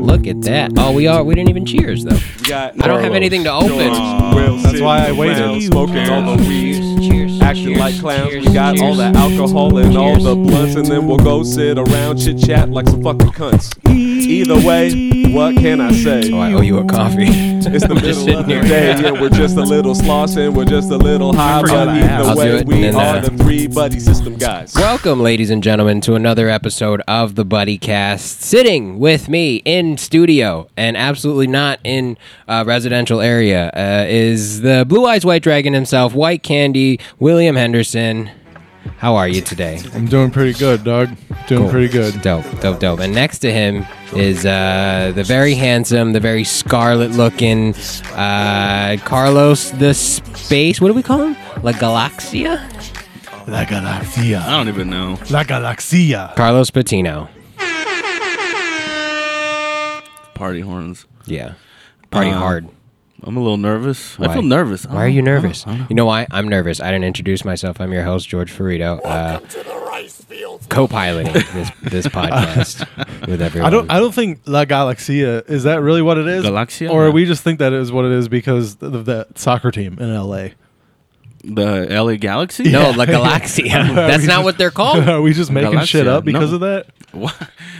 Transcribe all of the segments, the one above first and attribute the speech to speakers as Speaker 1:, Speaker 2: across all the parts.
Speaker 1: Look at that. Oh, we are. We didn't even cheers though.
Speaker 2: We got
Speaker 1: I don't have
Speaker 2: Marlos.
Speaker 1: anything to open.
Speaker 2: Jones, Will
Speaker 3: That's
Speaker 2: sitting
Speaker 3: why I
Speaker 2: around
Speaker 3: waited.
Speaker 2: Smoking all the weed.
Speaker 1: Cheers, cheers,
Speaker 2: Acting
Speaker 1: cheers,
Speaker 2: like clowns,
Speaker 1: cheers,
Speaker 2: we got all
Speaker 1: cheers.
Speaker 2: the alcohol and all
Speaker 1: Cheers.
Speaker 2: the blunts, and then we'll go sit around chit chat like some fucking cunts. Either way, what can I say?
Speaker 1: Oh, I owe you a coffee.
Speaker 2: It's the
Speaker 1: I'm just
Speaker 2: middle of
Speaker 1: sitting
Speaker 2: the day,
Speaker 1: here.
Speaker 2: and we're just a little slossing, we're just a little high,
Speaker 3: forgot
Speaker 2: but
Speaker 3: I
Speaker 2: either
Speaker 3: asked.
Speaker 1: I'll do
Speaker 2: way,
Speaker 1: it,
Speaker 2: we
Speaker 1: and then,
Speaker 2: are
Speaker 1: uh,
Speaker 2: the three buddy system guys.
Speaker 1: Welcome, ladies and gentlemen, to another episode of the Buddy Cast. Sitting with me in studio and absolutely not in uh, residential area uh, is the Blue Eyes White Dragon himself, White Candy, William Henderson. How are you today?
Speaker 3: I'm doing pretty good, dog. Doing pretty good.
Speaker 1: Dope, dope, dope. And next to him is uh, the very handsome, the very scarlet looking uh, Carlos the Space. What do we call him? La Galaxia?
Speaker 3: La Galaxia.
Speaker 4: I don't even know.
Speaker 3: La Galaxia.
Speaker 1: Carlos Patino.
Speaker 4: Party horns.
Speaker 1: Yeah. Party
Speaker 4: Uh,
Speaker 1: hard.
Speaker 4: I'm a little nervous.
Speaker 1: Why?
Speaker 4: I feel nervous.
Speaker 1: Why are you nervous? You know why? I'm nervous. I didn't introduce myself. I'm your host, George Ferrito. Uh, co-piloting this, this podcast with everyone.
Speaker 3: I don't. I don't think La Galaxia is that really what it is.
Speaker 4: Galaxia?
Speaker 3: Or we just think that is what it is because of that soccer team in L.A.
Speaker 4: The LA Galaxy?
Speaker 1: no, La Galaxia. That's not what they're called.
Speaker 3: Are we just making
Speaker 4: Galaxia,
Speaker 3: shit up because
Speaker 4: no.
Speaker 3: of that?
Speaker 4: What?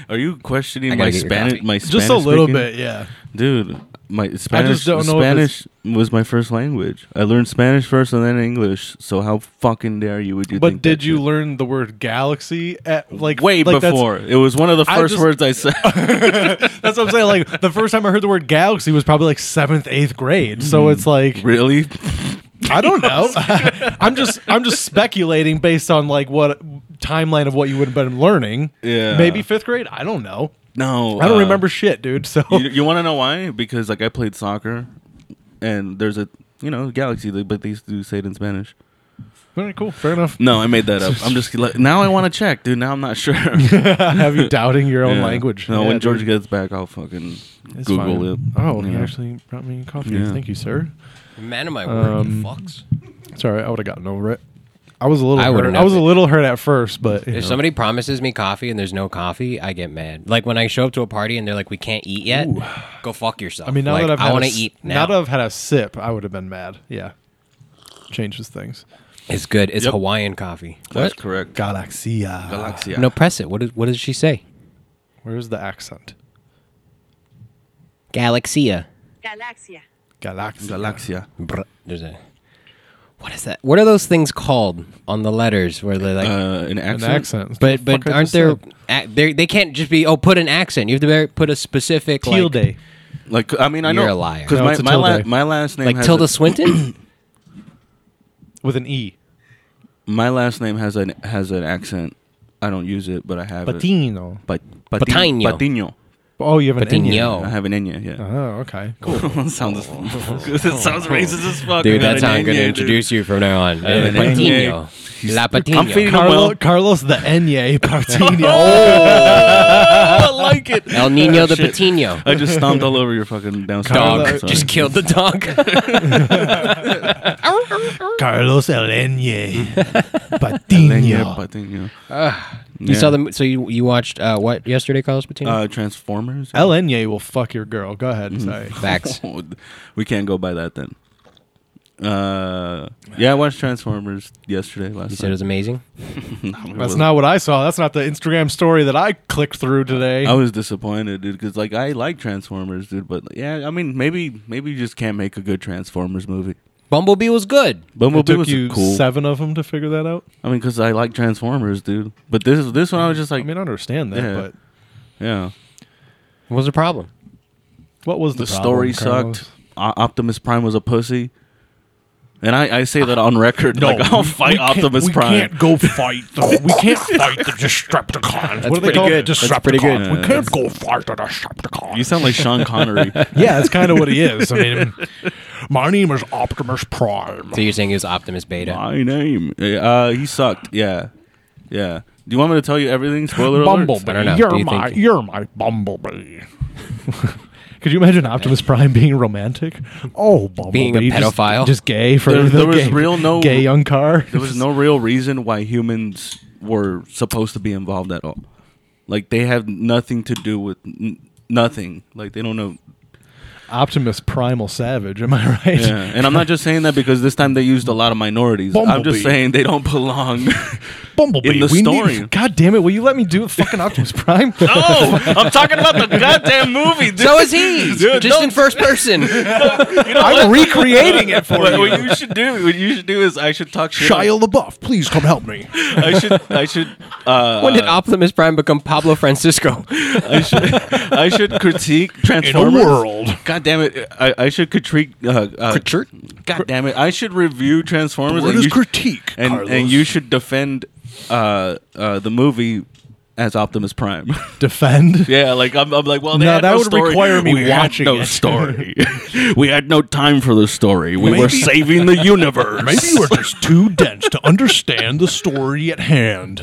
Speaker 4: Are you questioning
Speaker 1: I gotta
Speaker 4: my
Speaker 1: get your
Speaker 4: Spanish?
Speaker 1: coffee.
Speaker 4: My
Speaker 3: Just a
Speaker 4: Spanish
Speaker 3: little
Speaker 4: speaking?
Speaker 3: bit, yeah.
Speaker 4: dude. My Spanish.
Speaker 3: don't know if
Speaker 4: Spanish was my first language. I learned Spanish first and then English. So how fucking dare you? Would you?
Speaker 3: But
Speaker 4: think
Speaker 3: did
Speaker 4: that
Speaker 3: you
Speaker 4: shit-
Speaker 3: learn the word galaxy at like
Speaker 4: Way
Speaker 3: like that's-
Speaker 4: before it was one of the
Speaker 3: I
Speaker 4: first
Speaker 3: just-
Speaker 4: words I said.
Speaker 3: That's what I'm saying. Like the first time I heard the word galaxy was probably like seventh, eighth grade. So
Speaker 4: Mm-hmm.
Speaker 3: it's like
Speaker 4: really?
Speaker 3: I don't know. I'm just I'm just speculating based on like what timeline of what you would have been learning.
Speaker 4: Yeah.
Speaker 3: Maybe fifth grade. I don't know.
Speaker 4: No.
Speaker 3: I don't
Speaker 4: uh,
Speaker 3: remember shit, dude. So
Speaker 4: You, you want to know why? Because like I played soccer, and there's a you know Galaxy, but they do say it in Spanish.
Speaker 3: All right, cool. Fair enough.
Speaker 4: No, I made that up. I'm just like, now I want to check, dude. Now I'm not sure.
Speaker 3: have you doubting your own
Speaker 4: Yeah.
Speaker 3: language?
Speaker 4: No,
Speaker 3: Yeah,
Speaker 4: when George
Speaker 3: dude.
Speaker 4: gets back, I'll fucking
Speaker 3: It's
Speaker 4: Google
Speaker 3: fine.
Speaker 4: it.
Speaker 3: Oh, he
Speaker 4: Yeah.
Speaker 3: actually brought me coffee.
Speaker 4: Yeah.
Speaker 3: Thank you, sir.
Speaker 1: Man of my word, you
Speaker 3: Um,
Speaker 1: fucks.
Speaker 3: Sorry, I would have gotten over it. I was a little
Speaker 1: I
Speaker 3: hurt.
Speaker 1: wouldn't
Speaker 3: I was a
Speaker 1: have-
Speaker 3: little hurt at first, but you
Speaker 1: If
Speaker 3: know.
Speaker 1: somebody promises me coffee and there's no coffee, I get mad. Like when I show up to a party and they're like, "We can't eat yet." Go fuck yourself.
Speaker 3: I mean, now
Speaker 1: Like,
Speaker 3: that I've
Speaker 1: I
Speaker 3: had
Speaker 1: want
Speaker 3: a
Speaker 1: to
Speaker 3: s-
Speaker 1: eat now.
Speaker 3: that I've had a sip, I would have been mad. Yeah, changes things.
Speaker 1: it's good. It's
Speaker 4: Yep.
Speaker 1: Hawaiian coffee.
Speaker 4: That's correct.
Speaker 3: Galaxia.
Speaker 4: Galaxy.
Speaker 1: No, press it. What is, What does she say?
Speaker 3: Where's the accent?
Speaker 1: Galaxia.
Speaker 5: Galaxia.
Speaker 3: Galaxia.
Speaker 4: Galaxia.
Speaker 1: Br- There's a. What is that? What are those things called on the letters where they're like?
Speaker 4: Uh, an
Speaker 3: An
Speaker 4: accent.
Speaker 3: accent.
Speaker 1: but
Speaker 3: What the
Speaker 1: but
Speaker 3: fuck I
Speaker 1: aren't
Speaker 3: just
Speaker 1: there?
Speaker 3: said?
Speaker 1: A, they they can't just be. Oh, put an accent. You have to bear- put a specific
Speaker 3: Teal
Speaker 1: like,
Speaker 3: Day.
Speaker 4: Like I mean, I know
Speaker 1: You're a liar.
Speaker 4: because
Speaker 3: No,
Speaker 4: my
Speaker 3: it's a
Speaker 4: my, la-
Speaker 3: tilde.
Speaker 4: my last name
Speaker 1: like
Speaker 4: has
Speaker 1: Tilda
Speaker 4: a-
Speaker 1: Swinton.
Speaker 3: with an E.
Speaker 4: my last name has an has an accent. I don't use it, but I have it.
Speaker 3: Patino.
Speaker 4: Pat-
Speaker 1: Patino.
Speaker 4: Patino.
Speaker 3: Oh, you have an
Speaker 1: Patino.
Speaker 3: Indian.
Speaker 1: Oh.
Speaker 4: I have an Enya.
Speaker 3: Oh,
Speaker 4: Yeah.
Speaker 3: okay. Cool.
Speaker 4: sounds. it sounds racist as fuck. I
Speaker 1: Dude,
Speaker 4: got
Speaker 1: that's
Speaker 4: an
Speaker 1: how I'm going
Speaker 4: Enya,
Speaker 1: to
Speaker 4: dude.
Speaker 1: introduce you from now on.
Speaker 4: have an
Speaker 1: Patino. La Patino.
Speaker 4: I'm feeding him
Speaker 3: Carlo,
Speaker 4: well.
Speaker 3: Carlos the Enye
Speaker 4: Oh,
Speaker 3: Patino.
Speaker 4: I like it.
Speaker 1: El Nino the
Speaker 4: Oh, Shit.
Speaker 1: Patino.
Speaker 4: I just stomped all over your fucking downstairs.
Speaker 1: Dog.
Speaker 4: I'm sorry.
Speaker 1: Just killed the dog. Oh,
Speaker 3: Carlos El Enye
Speaker 4: Patino.
Speaker 3: Patino.
Speaker 4: Patino.
Speaker 1: You saw the so you you watched uh, what yesterday, Carlos Patino?
Speaker 4: uh, Transformers. Oh,
Speaker 3: El Enye will fuck your girl. Go
Speaker 4: Mm.
Speaker 3: ahead. Sorry.
Speaker 1: Facts.
Speaker 4: we can't go by that then. Uh, yeah, I watched Transformers yesterday last
Speaker 1: You said it
Speaker 4: night.
Speaker 1: was amazing.
Speaker 3: That's not what I saw. That's not the Instagram story that I clicked through today.
Speaker 4: I was disappointed, dude, because like I like Transformers, dude, but yeah, I mean, maybe maybe you just can't make a good Transformers movie.
Speaker 1: Bumblebee was good.
Speaker 3: it
Speaker 4: Bumblebee
Speaker 3: took
Speaker 4: was
Speaker 3: you
Speaker 4: cool.
Speaker 3: seven of them to figure that out.
Speaker 4: I mean, because I like Transformers, dude. But this this one, I was just
Speaker 3: I
Speaker 4: like,
Speaker 3: mean, I understand that,
Speaker 4: Yeah.
Speaker 3: but
Speaker 4: yeah,
Speaker 1: What was the problem?
Speaker 3: what was the,
Speaker 4: the story
Speaker 3: problem,
Speaker 4: sucked. O- Optimus Prime was a pussy, and I, I say that on record.
Speaker 6: No,
Speaker 4: like I'll
Speaker 6: we-
Speaker 4: fight
Speaker 6: we can't-
Speaker 4: Optimus
Speaker 6: we
Speaker 4: Prime.
Speaker 6: can't go fight. The, we can't fight the Decepticons.
Speaker 1: That's
Speaker 6: what are they
Speaker 1: pretty
Speaker 6: called?
Speaker 1: good. That's
Speaker 6: Decepticons.
Speaker 1: pretty good.
Speaker 6: We can't go fight the Decepticons.
Speaker 4: You sound like Sean Connery.
Speaker 3: Carlos? Yeah, that's kind of what he is.
Speaker 6: I mean, my name is Optimus Prime.
Speaker 1: So you're saying it was Optimus Beta?
Speaker 4: My name. Uh, he sucked. Yeah, yeah. Do you want me to tell you everything? Spoiler alert.
Speaker 6: Bumblebee,
Speaker 1: I don't know. Do
Speaker 6: you're
Speaker 1: you
Speaker 6: my,
Speaker 1: think-
Speaker 6: you're my Bumblebee.
Speaker 3: Could you imagine Optimus Prime being romantic? Oh, Bumblebee,
Speaker 1: Being a
Speaker 3: just-
Speaker 1: pedophile?
Speaker 3: just, gay for
Speaker 4: There-
Speaker 3: the
Speaker 4: there was
Speaker 3: gay,
Speaker 4: real no-
Speaker 3: gay young car.
Speaker 4: There was no real reason why humans were supposed to be involved at all. Like they have nothing to do with n- nothing. Like they don't know.
Speaker 3: Optimus Primal Savage. Am I right?
Speaker 4: Yeah. And I'm not just saying that because this time they used a lot of minorities. I'm just
Speaker 6: Bumblebee.
Speaker 4: saying they don't belong.
Speaker 3: Bumblebee.
Speaker 4: In the
Speaker 3: we need-
Speaker 4: story.
Speaker 3: God damn it! Will you let me do it? Fucking Optimus Prime.
Speaker 6: No,
Speaker 4: Oh,
Speaker 6: I'm talking about the goddamn movie. Dude.
Speaker 1: So is he,
Speaker 6: Dude,
Speaker 1: just
Speaker 6: no.
Speaker 1: in first person.
Speaker 3: I'm recreating it for
Speaker 4: what,
Speaker 3: you.
Speaker 4: what you should do, what you should do is I should talk shit. on-
Speaker 3: Shia LaBeouf, please come help me.
Speaker 4: I should, I should, uh,
Speaker 1: when did Optimus Prime become Pablo Francisco?
Speaker 4: I should, I should critique
Speaker 6: In a
Speaker 4: Transformers.
Speaker 6: world.
Speaker 4: God damn it! I, I should critique. Uh, uh,
Speaker 1: Critique?
Speaker 4: God damn it! I should review Transformers.
Speaker 6: What
Speaker 4: and
Speaker 6: is
Speaker 4: you sh-
Speaker 6: critique?
Speaker 4: and
Speaker 6: Carlos?
Speaker 4: and you should defend uh, uh, the movie as Optimus Prime.
Speaker 3: Defend.
Speaker 4: yeah, like I'm, I'm like, well, they
Speaker 3: No,
Speaker 4: had
Speaker 3: that
Speaker 4: no
Speaker 3: would
Speaker 4: story.
Speaker 3: require me
Speaker 4: we
Speaker 3: watching
Speaker 4: had no
Speaker 3: it.
Speaker 4: story. we had no time for the story. We were
Speaker 6: Maybe-
Speaker 4: saving the universe.
Speaker 6: Maybe you were just
Speaker 3: Too dense to understand the story at hand.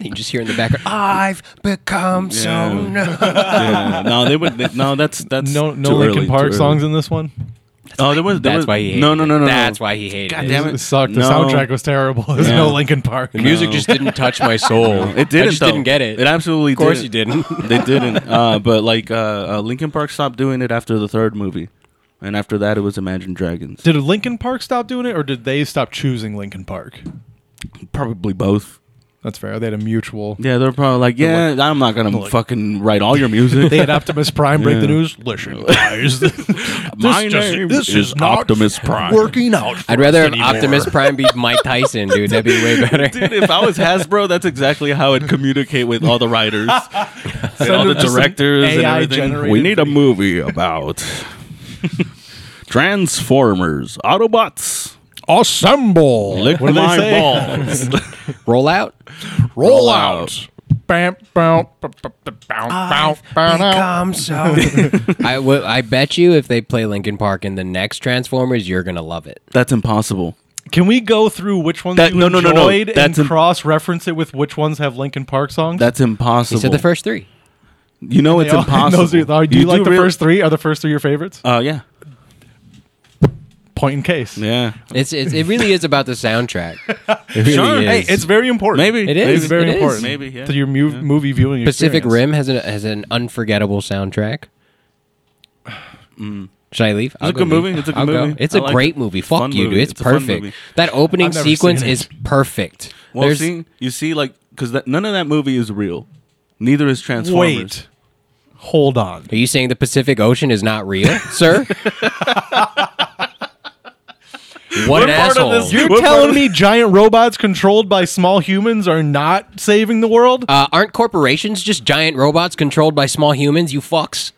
Speaker 1: you just hear in the background, "Ah, I've become so
Speaker 4: Yeah.
Speaker 1: known.
Speaker 4: Yeah, no, they would. They, no, that's that's
Speaker 3: No, no
Speaker 4: too
Speaker 3: Linkin
Speaker 4: early, too
Speaker 3: Park
Speaker 4: early.
Speaker 3: songs in this one.
Speaker 4: Oh, there was. There
Speaker 1: That's
Speaker 4: was,
Speaker 1: why he hated
Speaker 4: No, no, no,
Speaker 1: it.
Speaker 4: no.
Speaker 1: That's
Speaker 4: no.
Speaker 1: why he hated
Speaker 4: God
Speaker 1: it.
Speaker 4: damn
Speaker 3: It
Speaker 4: it!
Speaker 3: sucked. The
Speaker 4: No.
Speaker 3: soundtrack was terrible. There's
Speaker 4: Yeah.
Speaker 3: no Linkin Park.
Speaker 1: The music just didn't touch my soul.
Speaker 4: It didn't.
Speaker 1: I just
Speaker 4: though.
Speaker 1: didn't get it.
Speaker 4: It absolutely.
Speaker 1: of course
Speaker 4: didn't.
Speaker 1: you didn't.
Speaker 4: they didn't. Uh, but like uh, uh, Linkin Park stopped doing it after the third movie, and after that it was Imagine Dragons.
Speaker 3: Did Linkin Park stop doing it, or did they stop choosing Linkin Park?
Speaker 4: Probably both.
Speaker 3: That's fair. They had a mutual.
Speaker 4: Yeah, they're probably like, yeah, I'm not gonna fucking write all your music.
Speaker 3: They had Optimus Prime break the news. Listen, guys, this,
Speaker 4: My
Speaker 3: just-
Speaker 4: name
Speaker 3: this
Speaker 4: is
Speaker 3: is not
Speaker 4: Optimus Prime.
Speaker 3: working out. for
Speaker 1: I'd rather
Speaker 3: us
Speaker 1: have
Speaker 3: anymore.
Speaker 1: Optimus Prime be Mike Tyson, dude. That'd be way better.
Speaker 4: Dude, if I was Hasbro, that's exactly how I'd communicate with all the writers, and all the
Speaker 3: them just
Speaker 4: directors, and
Speaker 3: AI
Speaker 4: everything.
Speaker 3: generated
Speaker 4: We need a movie about Transformers, Autobots.
Speaker 3: Assemble.
Speaker 4: Lick
Speaker 3: what do they
Speaker 4: my
Speaker 3: say?
Speaker 4: balls.
Speaker 1: Roll out.
Speaker 3: Roll
Speaker 4: out.
Speaker 3: out. Bam, bam, bam, bam, bam, bam, bam, bam.
Speaker 1: so. I would- I bet you if they play Linkin Park in the next Transformers, you're gonna love it.
Speaker 4: That's impossible.
Speaker 3: Can we go through which ones
Speaker 4: That-
Speaker 3: you
Speaker 4: no, no,
Speaker 3: enjoyed
Speaker 4: no, no. That's
Speaker 3: and
Speaker 4: an-
Speaker 3: cross-reference it with which ones have Linkin Park songs?
Speaker 4: That's impossible.
Speaker 1: He said the first three.
Speaker 4: you know
Speaker 3: They
Speaker 4: it's
Speaker 3: all-
Speaker 4: impossible.
Speaker 3: those are- are- do you, like the
Speaker 4: real-
Speaker 3: first three? Are the first three your favorites?
Speaker 4: Uh, yeah.
Speaker 3: Point in case.
Speaker 4: Yeah.
Speaker 1: It's, it's it really is about the soundtrack. It really is.
Speaker 3: Hey, it's very important.
Speaker 4: Maybe.
Speaker 1: It
Speaker 3: It's
Speaker 1: is.
Speaker 3: very
Speaker 1: It
Speaker 3: important.
Speaker 1: is.
Speaker 4: Maybe, yeah.
Speaker 3: To your mu- movie viewing
Speaker 1: Pacific
Speaker 3: experience.
Speaker 1: Rim has an has an unforgettable soundtrack.
Speaker 3: Mm.
Speaker 1: Should I leave? It's
Speaker 4: a good movie. It's a good
Speaker 1: I'll go.
Speaker 4: movie.
Speaker 1: It's
Speaker 4: I
Speaker 1: a
Speaker 4: like
Speaker 1: great
Speaker 4: it.
Speaker 1: movie.
Speaker 4: It's a
Speaker 1: Fuck
Speaker 4: fun
Speaker 1: you,
Speaker 4: movie.
Speaker 1: dude. It's,
Speaker 4: It's a fun
Speaker 1: perfect.
Speaker 4: movie.
Speaker 1: That opening
Speaker 3: I've never
Speaker 1: sequence
Speaker 3: seen it.
Speaker 1: is perfect.
Speaker 4: Well,
Speaker 1: There's-
Speaker 4: see, you see, like, because none of that movie is real. Neither is Transformers.
Speaker 3: Wait. Hold on.
Speaker 1: Are you saying the Pacific Ocean is not real, sir? what an asshole!
Speaker 3: You're telling me giant robots controlled by small humans are not saving the world?
Speaker 1: Uh, aren't corporations just giant robots controlled by small humans? You fucks.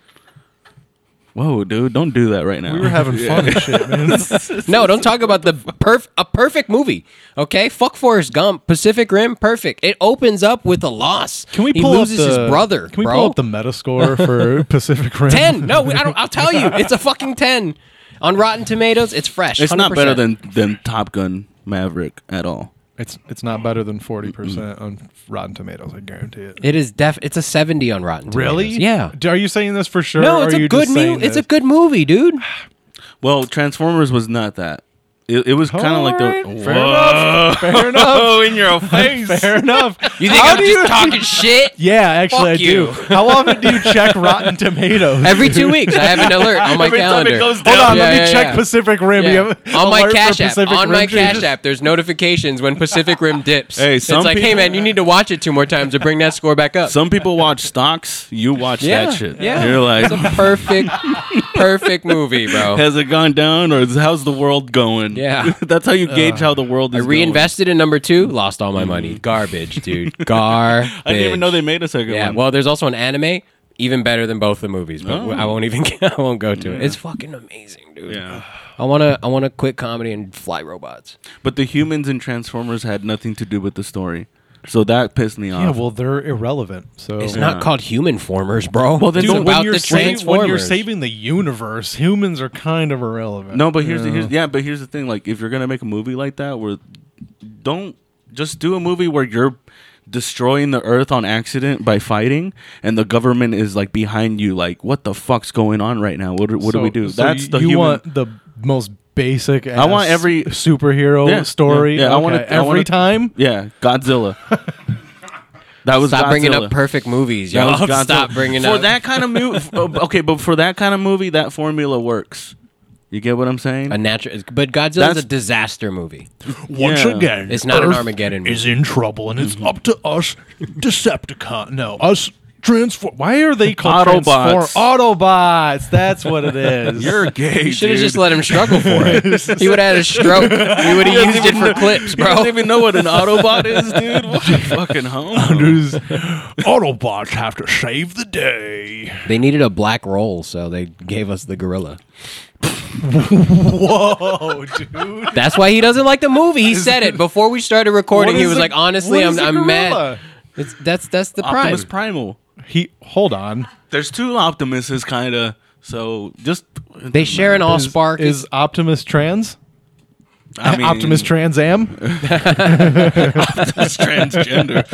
Speaker 4: Whoa, dude, don't do that right now.
Speaker 3: we were having fun and shit, man.
Speaker 1: No, don't talk about the perf- a perfect movie. Okay, fuck Forrest Gump, Pacific Rim, perfect. It opens up with a loss.
Speaker 3: Can we
Speaker 1: he
Speaker 3: pull
Speaker 1: loses
Speaker 3: up the,
Speaker 1: his brother?
Speaker 3: Can we
Speaker 1: bro?
Speaker 3: pull up the Metascore for Pacific Rim?
Speaker 1: ten? No, we, I don't. I'll tell you, it's a fucking ten on Rotten Tomatoes. It's fresh.
Speaker 4: it's not better
Speaker 1: 100%.
Speaker 4: than than Top Gun Maverick at all.
Speaker 3: It's it's not better than forty percent on Rotten Tomatoes. I guarantee it.
Speaker 1: It is def. It's a seventy on Rotten. Tomatoes.
Speaker 3: Really?
Speaker 1: Yeah.
Speaker 3: D- Are you saying this for sure?
Speaker 1: No,
Speaker 3: or
Speaker 1: it's
Speaker 3: are
Speaker 1: a
Speaker 3: you
Speaker 1: good
Speaker 3: just
Speaker 1: movie.
Speaker 3: saying
Speaker 1: It's a
Speaker 3: this?
Speaker 1: good movie, dude.
Speaker 4: Well, Transformers was not that. It, it was kind of like
Speaker 3: Alright,
Speaker 4: the.
Speaker 3: fair enough. Fair enough.
Speaker 4: Oh, in your face!
Speaker 3: Fair enough.
Speaker 1: You think
Speaker 3: How
Speaker 1: I'm
Speaker 3: do
Speaker 1: just
Speaker 3: you-
Speaker 1: talking shit?
Speaker 3: Yeah, actually,
Speaker 1: Fuck
Speaker 3: I
Speaker 1: you.
Speaker 3: do. How often do you check Rotten Tomatoes?
Speaker 1: Every two weeks, I have an alert on my calendar.
Speaker 3: Hold on,
Speaker 1: Yeah,
Speaker 3: let me
Speaker 1: yeah,
Speaker 3: check
Speaker 1: yeah.
Speaker 3: Pacific Rim. You
Speaker 1: Yeah.
Speaker 3: have
Speaker 1: on my
Speaker 3: alert for
Speaker 1: Cash App.
Speaker 3: Pacific
Speaker 1: On
Speaker 3: Rim
Speaker 1: my Cash
Speaker 3: changes?
Speaker 1: App, there's notifications when Pacific Rim dips.
Speaker 4: Hey,
Speaker 1: it's
Speaker 4: some
Speaker 1: like, hey
Speaker 4: people-
Speaker 1: man, you need to watch it two more times to bring that score back up.
Speaker 4: Some people watch stocks. You watch
Speaker 1: yeah,
Speaker 4: that shit.
Speaker 1: Yeah,
Speaker 4: You're like,
Speaker 1: it's a perfect, perfect movie, bro.
Speaker 4: has it gone down or is, how's the world going?
Speaker 1: Yeah.
Speaker 4: that's how you gauge how the world
Speaker 1: I
Speaker 4: is.
Speaker 1: reinvested in number two, lost all my money. Garbage, dude. Garbage.
Speaker 4: Going. I didn't even know they made a second
Speaker 1: Yeah,
Speaker 4: one.
Speaker 1: well, there's also an anime, even better than both the movies, but
Speaker 4: Oh.
Speaker 1: I won't even. I won't go to it. It's fucking amazing, dude.
Speaker 4: yeah.
Speaker 1: I wanna, I wanna quit comedy and fly robots.
Speaker 4: But the humans in Transformers had nothing to do with the story, so that pissed me
Speaker 3: Yeah,
Speaker 4: off.
Speaker 3: well, they're irrelevant. So
Speaker 1: It's not called Human Formers, bro.
Speaker 4: Well, then
Speaker 1: it's
Speaker 4: don't-
Speaker 1: about
Speaker 3: when you're,
Speaker 1: the
Speaker 3: saving,
Speaker 1: Transformers.
Speaker 3: when you're saving the universe, humans are kind of irrelevant.
Speaker 4: no, but here's the here's yeah, but here's the thing. Like, if you're gonna make a movie like that, where don't just do a movie where you're destroying the earth on accident by fighting, and the government is like behind you, like, what the fuck's going on right now? What do, what
Speaker 3: So-
Speaker 4: do we do?
Speaker 3: so
Speaker 4: That's
Speaker 3: you,
Speaker 4: the
Speaker 3: you
Speaker 4: human.
Speaker 3: want the most basic.
Speaker 4: I want every-
Speaker 3: superhero
Speaker 4: Yeah,
Speaker 3: story.
Speaker 4: yeah, yeah, I
Speaker 3: Okay,
Speaker 4: wanna- I
Speaker 3: every
Speaker 4: wanna-
Speaker 3: time.
Speaker 4: yeah, Godzilla. That was
Speaker 1: stop bringing up
Speaker 4: Godzilla.
Speaker 1: perfect movies,
Speaker 4: That
Speaker 1: y'all.
Speaker 4: was Godzilla.
Speaker 1: Oh, Stop bringing
Speaker 4: for
Speaker 1: up
Speaker 4: that kind of movie. okay, but for that kind of movie, that formula works. You get what I'm saying?
Speaker 1: a natural. But Godzilla's
Speaker 4: That's-
Speaker 1: a disaster movie.
Speaker 6: Once
Speaker 4: Yeah.
Speaker 6: again,
Speaker 1: It's not an
Speaker 6: Earth
Speaker 1: Armageddon
Speaker 6: Is in trouble, and it's up to us Decepticon. No, us transform.
Speaker 3: Why are they called
Speaker 4: Autobots.
Speaker 3: Transform- Autobots. That's what it is.
Speaker 4: You're gay.
Speaker 1: You should have
Speaker 4: dude.
Speaker 1: just let him struggle for it. he would have had a stroke. He would have used it for clips,
Speaker 4: You don't
Speaker 1: bro.
Speaker 4: even know what an Autobot is, dude. What a fucking home.
Speaker 6: Is Autobots have to save the day?
Speaker 1: They needed a black roll, so they gave us the gorilla.
Speaker 3: Whoa, dude.
Speaker 1: That's why he doesn't like the movie. He said it before we started recording.
Speaker 3: What
Speaker 1: He
Speaker 3: is
Speaker 1: was
Speaker 3: a-
Speaker 1: like, honestly,
Speaker 3: what
Speaker 1: I'm,
Speaker 3: is a
Speaker 1: I'm mad.
Speaker 3: gorilla?
Speaker 1: It's, that's that's the prime.
Speaker 4: Optimus Primal.
Speaker 3: He hold on.
Speaker 4: There's two Optimuses, kind of. So just
Speaker 1: They share an all
Speaker 3: Is-
Speaker 1: spark.
Speaker 3: is Optimus Trans?
Speaker 4: I mean,
Speaker 3: Optimus Trans Am.
Speaker 4: Optimus transgender.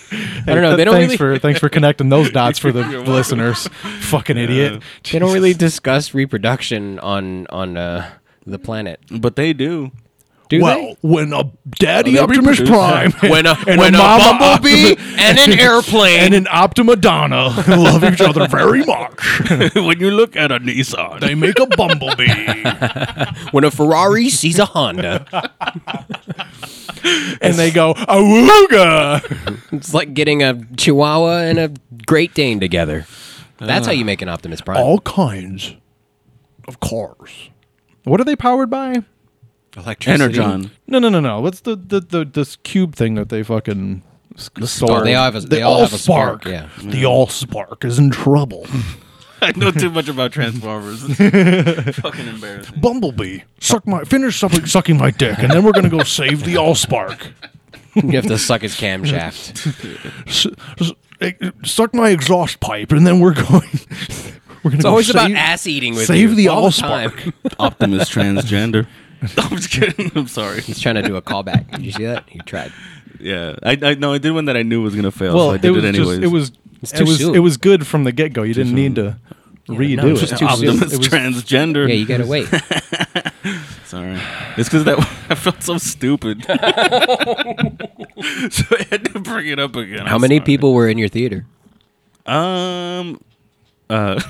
Speaker 1: I don't know. They don't
Speaker 3: thanks
Speaker 1: really
Speaker 3: for thanks for connecting those dots for the listeners. Fucking idiot.
Speaker 1: they don't really discuss reproduction on on uh, the planet.
Speaker 4: But they do.
Speaker 1: Do
Speaker 6: well,
Speaker 1: they?
Speaker 6: when a daddy Optimus
Speaker 4: reproduce.
Speaker 6: Prime
Speaker 1: When a
Speaker 6: and
Speaker 1: when a,
Speaker 6: mama
Speaker 1: bumblebee
Speaker 6: Optimus
Speaker 1: and an airplane
Speaker 6: and an Optima Donna love each other very much,
Speaker 4: when you look at a Nissan,
Speaker 6: they make a bumblebee.
Speaker 1: when a Ferrari sees a Honda.
Speaker 6: and they go awooga.
Speaker 1: It's like getting a Chihuahua and a Great Dane together. That's how you make an Optimus Prime.
Speaker 6: All kinds of cars.
Speaker 3: What are they powered by?
Speaker 1: Electricity.
Speaker 4: Energon.
Speaker 3: No, no, no, no. What's the the, the this cube thing that they fucking
Speaker 1: Oh,
Speaker 3: store?
Speaker 1: they all have a, they, all, have a spark. Yeah.
Speaker 6: The all spark is in trouble.
Speaker 4: I know too much about Transformers. fucking embarrassing.
Speaker 6: Bumblebee, suck my finish suck, sucking my dick, and then we're gonna go save the all spark.
Speaker 1: You have to suck his camshaft.
Speaker 6: e, Suck my exhaust pipe, and then we're going. We're gonna
Speaker 1: It's always about ass eating with
Speaker 6: save
Speaker 1: you
Speaker 6: the
Speaker 1: all
Speaker 6: all
Speaker 1: time.
Speaker 6: spark.
Speaker 4: Optimus transgender. I'm just kidding. I'm sorry.
Speaker 1: He's trying to do a callback. Did you see that? He tried.
Speaker 4: Yeah, I, I no, I did one that I knew was gonna fail.
Speaker 3: well,
Speaker 4: so I
Speaker 3: it
Speaker 4: did
Speaker 3: was
Speaker 4: it anyways.
Speaker 3: just it was
Speaker 1: too
Speaker 3: it was
Speaker 1: soon.
Speaker 3: it was good from the get go. You didn't need to redo
Speaker 1: no, it's
Speaker 3: it.
Speaker 1: just too soon.
Speaker 4: Optimus
Speaker 3: It was-
Speaker 4: transgender.
Speaker 1: Yeah, you gotta wait.
Speaker 4: Sorry. It's because that I felt so stupid. so I had to bring it up again.
Speaker 1: How
Speaker 4: I'm
Speaker 1: many
Speaker 4: sorry.
Speaker 1: people were in your theater?
Speaker 4: Um. Uh.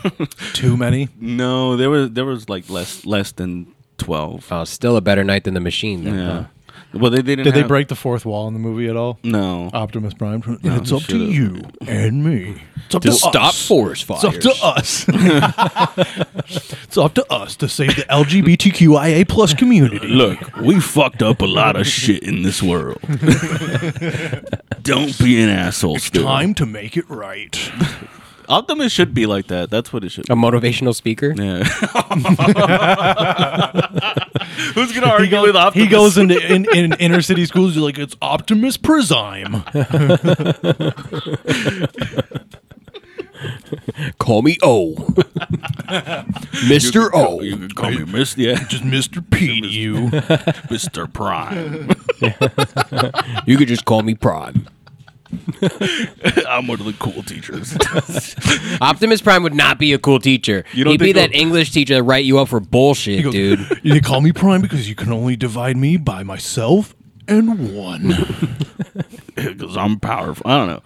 Speaker 3: too many.
Speaker 4: no, there was there was like less less than twelve.
Speaker 1: Oh, still a better night than the machine. Then, huh?
Speaker 4: Yeah. Well, they, they didn't.
Speaker 3: Did they
Speaker 4: have-
Speaker 3: break the fourth wall in the movie at all?
Speaker 4: No.
Speaker 6: Oh.
Speaker 3: Optimus Prime.
Speaker 6: And it's up to
Speaker 4: should've.
Speaker 6: you and me. It's up
Speaker 1: To
Speaker 6: to,
Speaker 1: stop
Speaker 6: us.
Speaker 1: forest fires.
Speaker 6: It's up to
Speaker 1: uh,
Speaker 6: us. it's up to us to save the LGBTQIA plus community.
Speaker 4: Look, we fucked up a lot of shit in this world. Don't be an asshole. Still.
Speaker 6: Time to make it right.
Speaker 4: Optimus should be like that. That's what it should.
Speaker 1: a
Speaker 4: be.
Speaker 1: motivational speaker.
Speaker 6: Oh.
Speaker 4: Yeah. Who's gonna argue with Optimus?
Speaker 6: He goes into in, in inner city schools. You're like, it's Optimus Prime.
Speaker 1: Call me O, Mister O.
Speaker 4: You can call me Miss. Yeah,
Speaker 6: oh." Just Mr. P to you.
Speaker 4: Mister Prime.
Speaker 1: You could just call me Prime.
Speaker 4: I'm one of the cool teachers.
Speaker 1: Optimus Prime would not be a cool teacher.
Speaker 4: You don't
Speaker 1: He'd be
Speaker 4: think
Speaker 1: that
Speaker 4: he'll-
Speaker 1: English teacher that write you up for bullshit,
Speaker 6: goes,
Speaker 1: dude.
Speaker 6: You call me Prime because you can only divide me by myself and one.
Speaker 4: because I'm powerful. I don't know,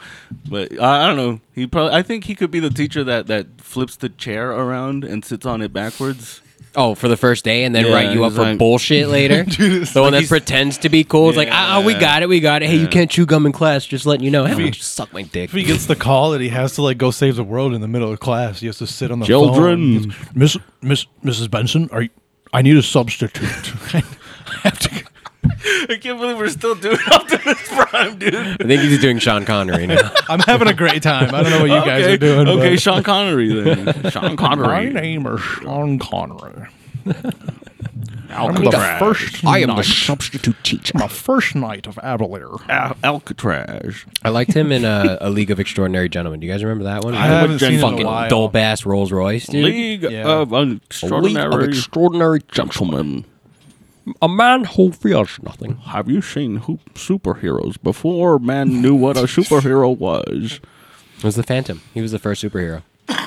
Speaker 4: but I, I don't know. He probably. I think he could be the teacher that that flips the chair around and sits on it backwards.
Speaker 1: Oh, for the first day, and then
Speaker 4: Yeah,
Speaker 1: write you up
Speaker 4: he's
Speaker 1: for
Speaker 4: like-
Speaker 1: bullshit later. the one that pretends to be cool is like, ah, ah, we
Speaker 4: Yeah.
Speaker 1: got it, we got it. Hey, you can't chew gum in class. Just letting you know. Hey, just suck my dick.
Speaker 3: If he gets the call that he has to like go save the world in the middle of class, he has to sit on the phone.
Speaker 4: Children,
Speaker 6: Miss, Miss, Mrs. Benson, are you, I need a substitute. I have to.
Speaker 4: I can't believe we're still doing Optimus Prime, dude.
Speaker 1: I think he's doing Sean Connery now.
Speaker 3: I'm having a great time. I don't know what you guys
Speaker 4: okay,
Speaker 3: are doing.
Speaker 4: okay,
Speaker 3: but-
Speaker 4: Sean Connery then. Sean
Speaker 6: My
Speaker 4: Connery.
Speaker 6: name is Sean Connery. I'm the
Speaker 4: Alcatraz.
Speaker 6: first
Speaker 1: I am
Speaker 6: night,
Speaker 1: the substitute teacher.
Speaker 6: my first night of Avalere.
Speaker 4: Al- Alcatraz.
Speaker 1: I liked him in uh, a League of Extraordinary Gentlemen. Do you guys remember that one?
Speaker 3: I haven't seen it in a
Speaker 1: fucking
Speaker 3: while.
Speaker 1: dope ass Rolls Royce, dude.
Speaker 4: League
Speaker 3: Yeah.
Speaker 4: of Extraordinary
Speaker 1: Extraordinary
Speaker 4: Gentlemen.
Speaker 1: A man who feels nothing.
Speaker 4: Have you seen who- superheroes before man knew what a superhero was?
Speaker 1: It was the Phantom. He was the first superhero.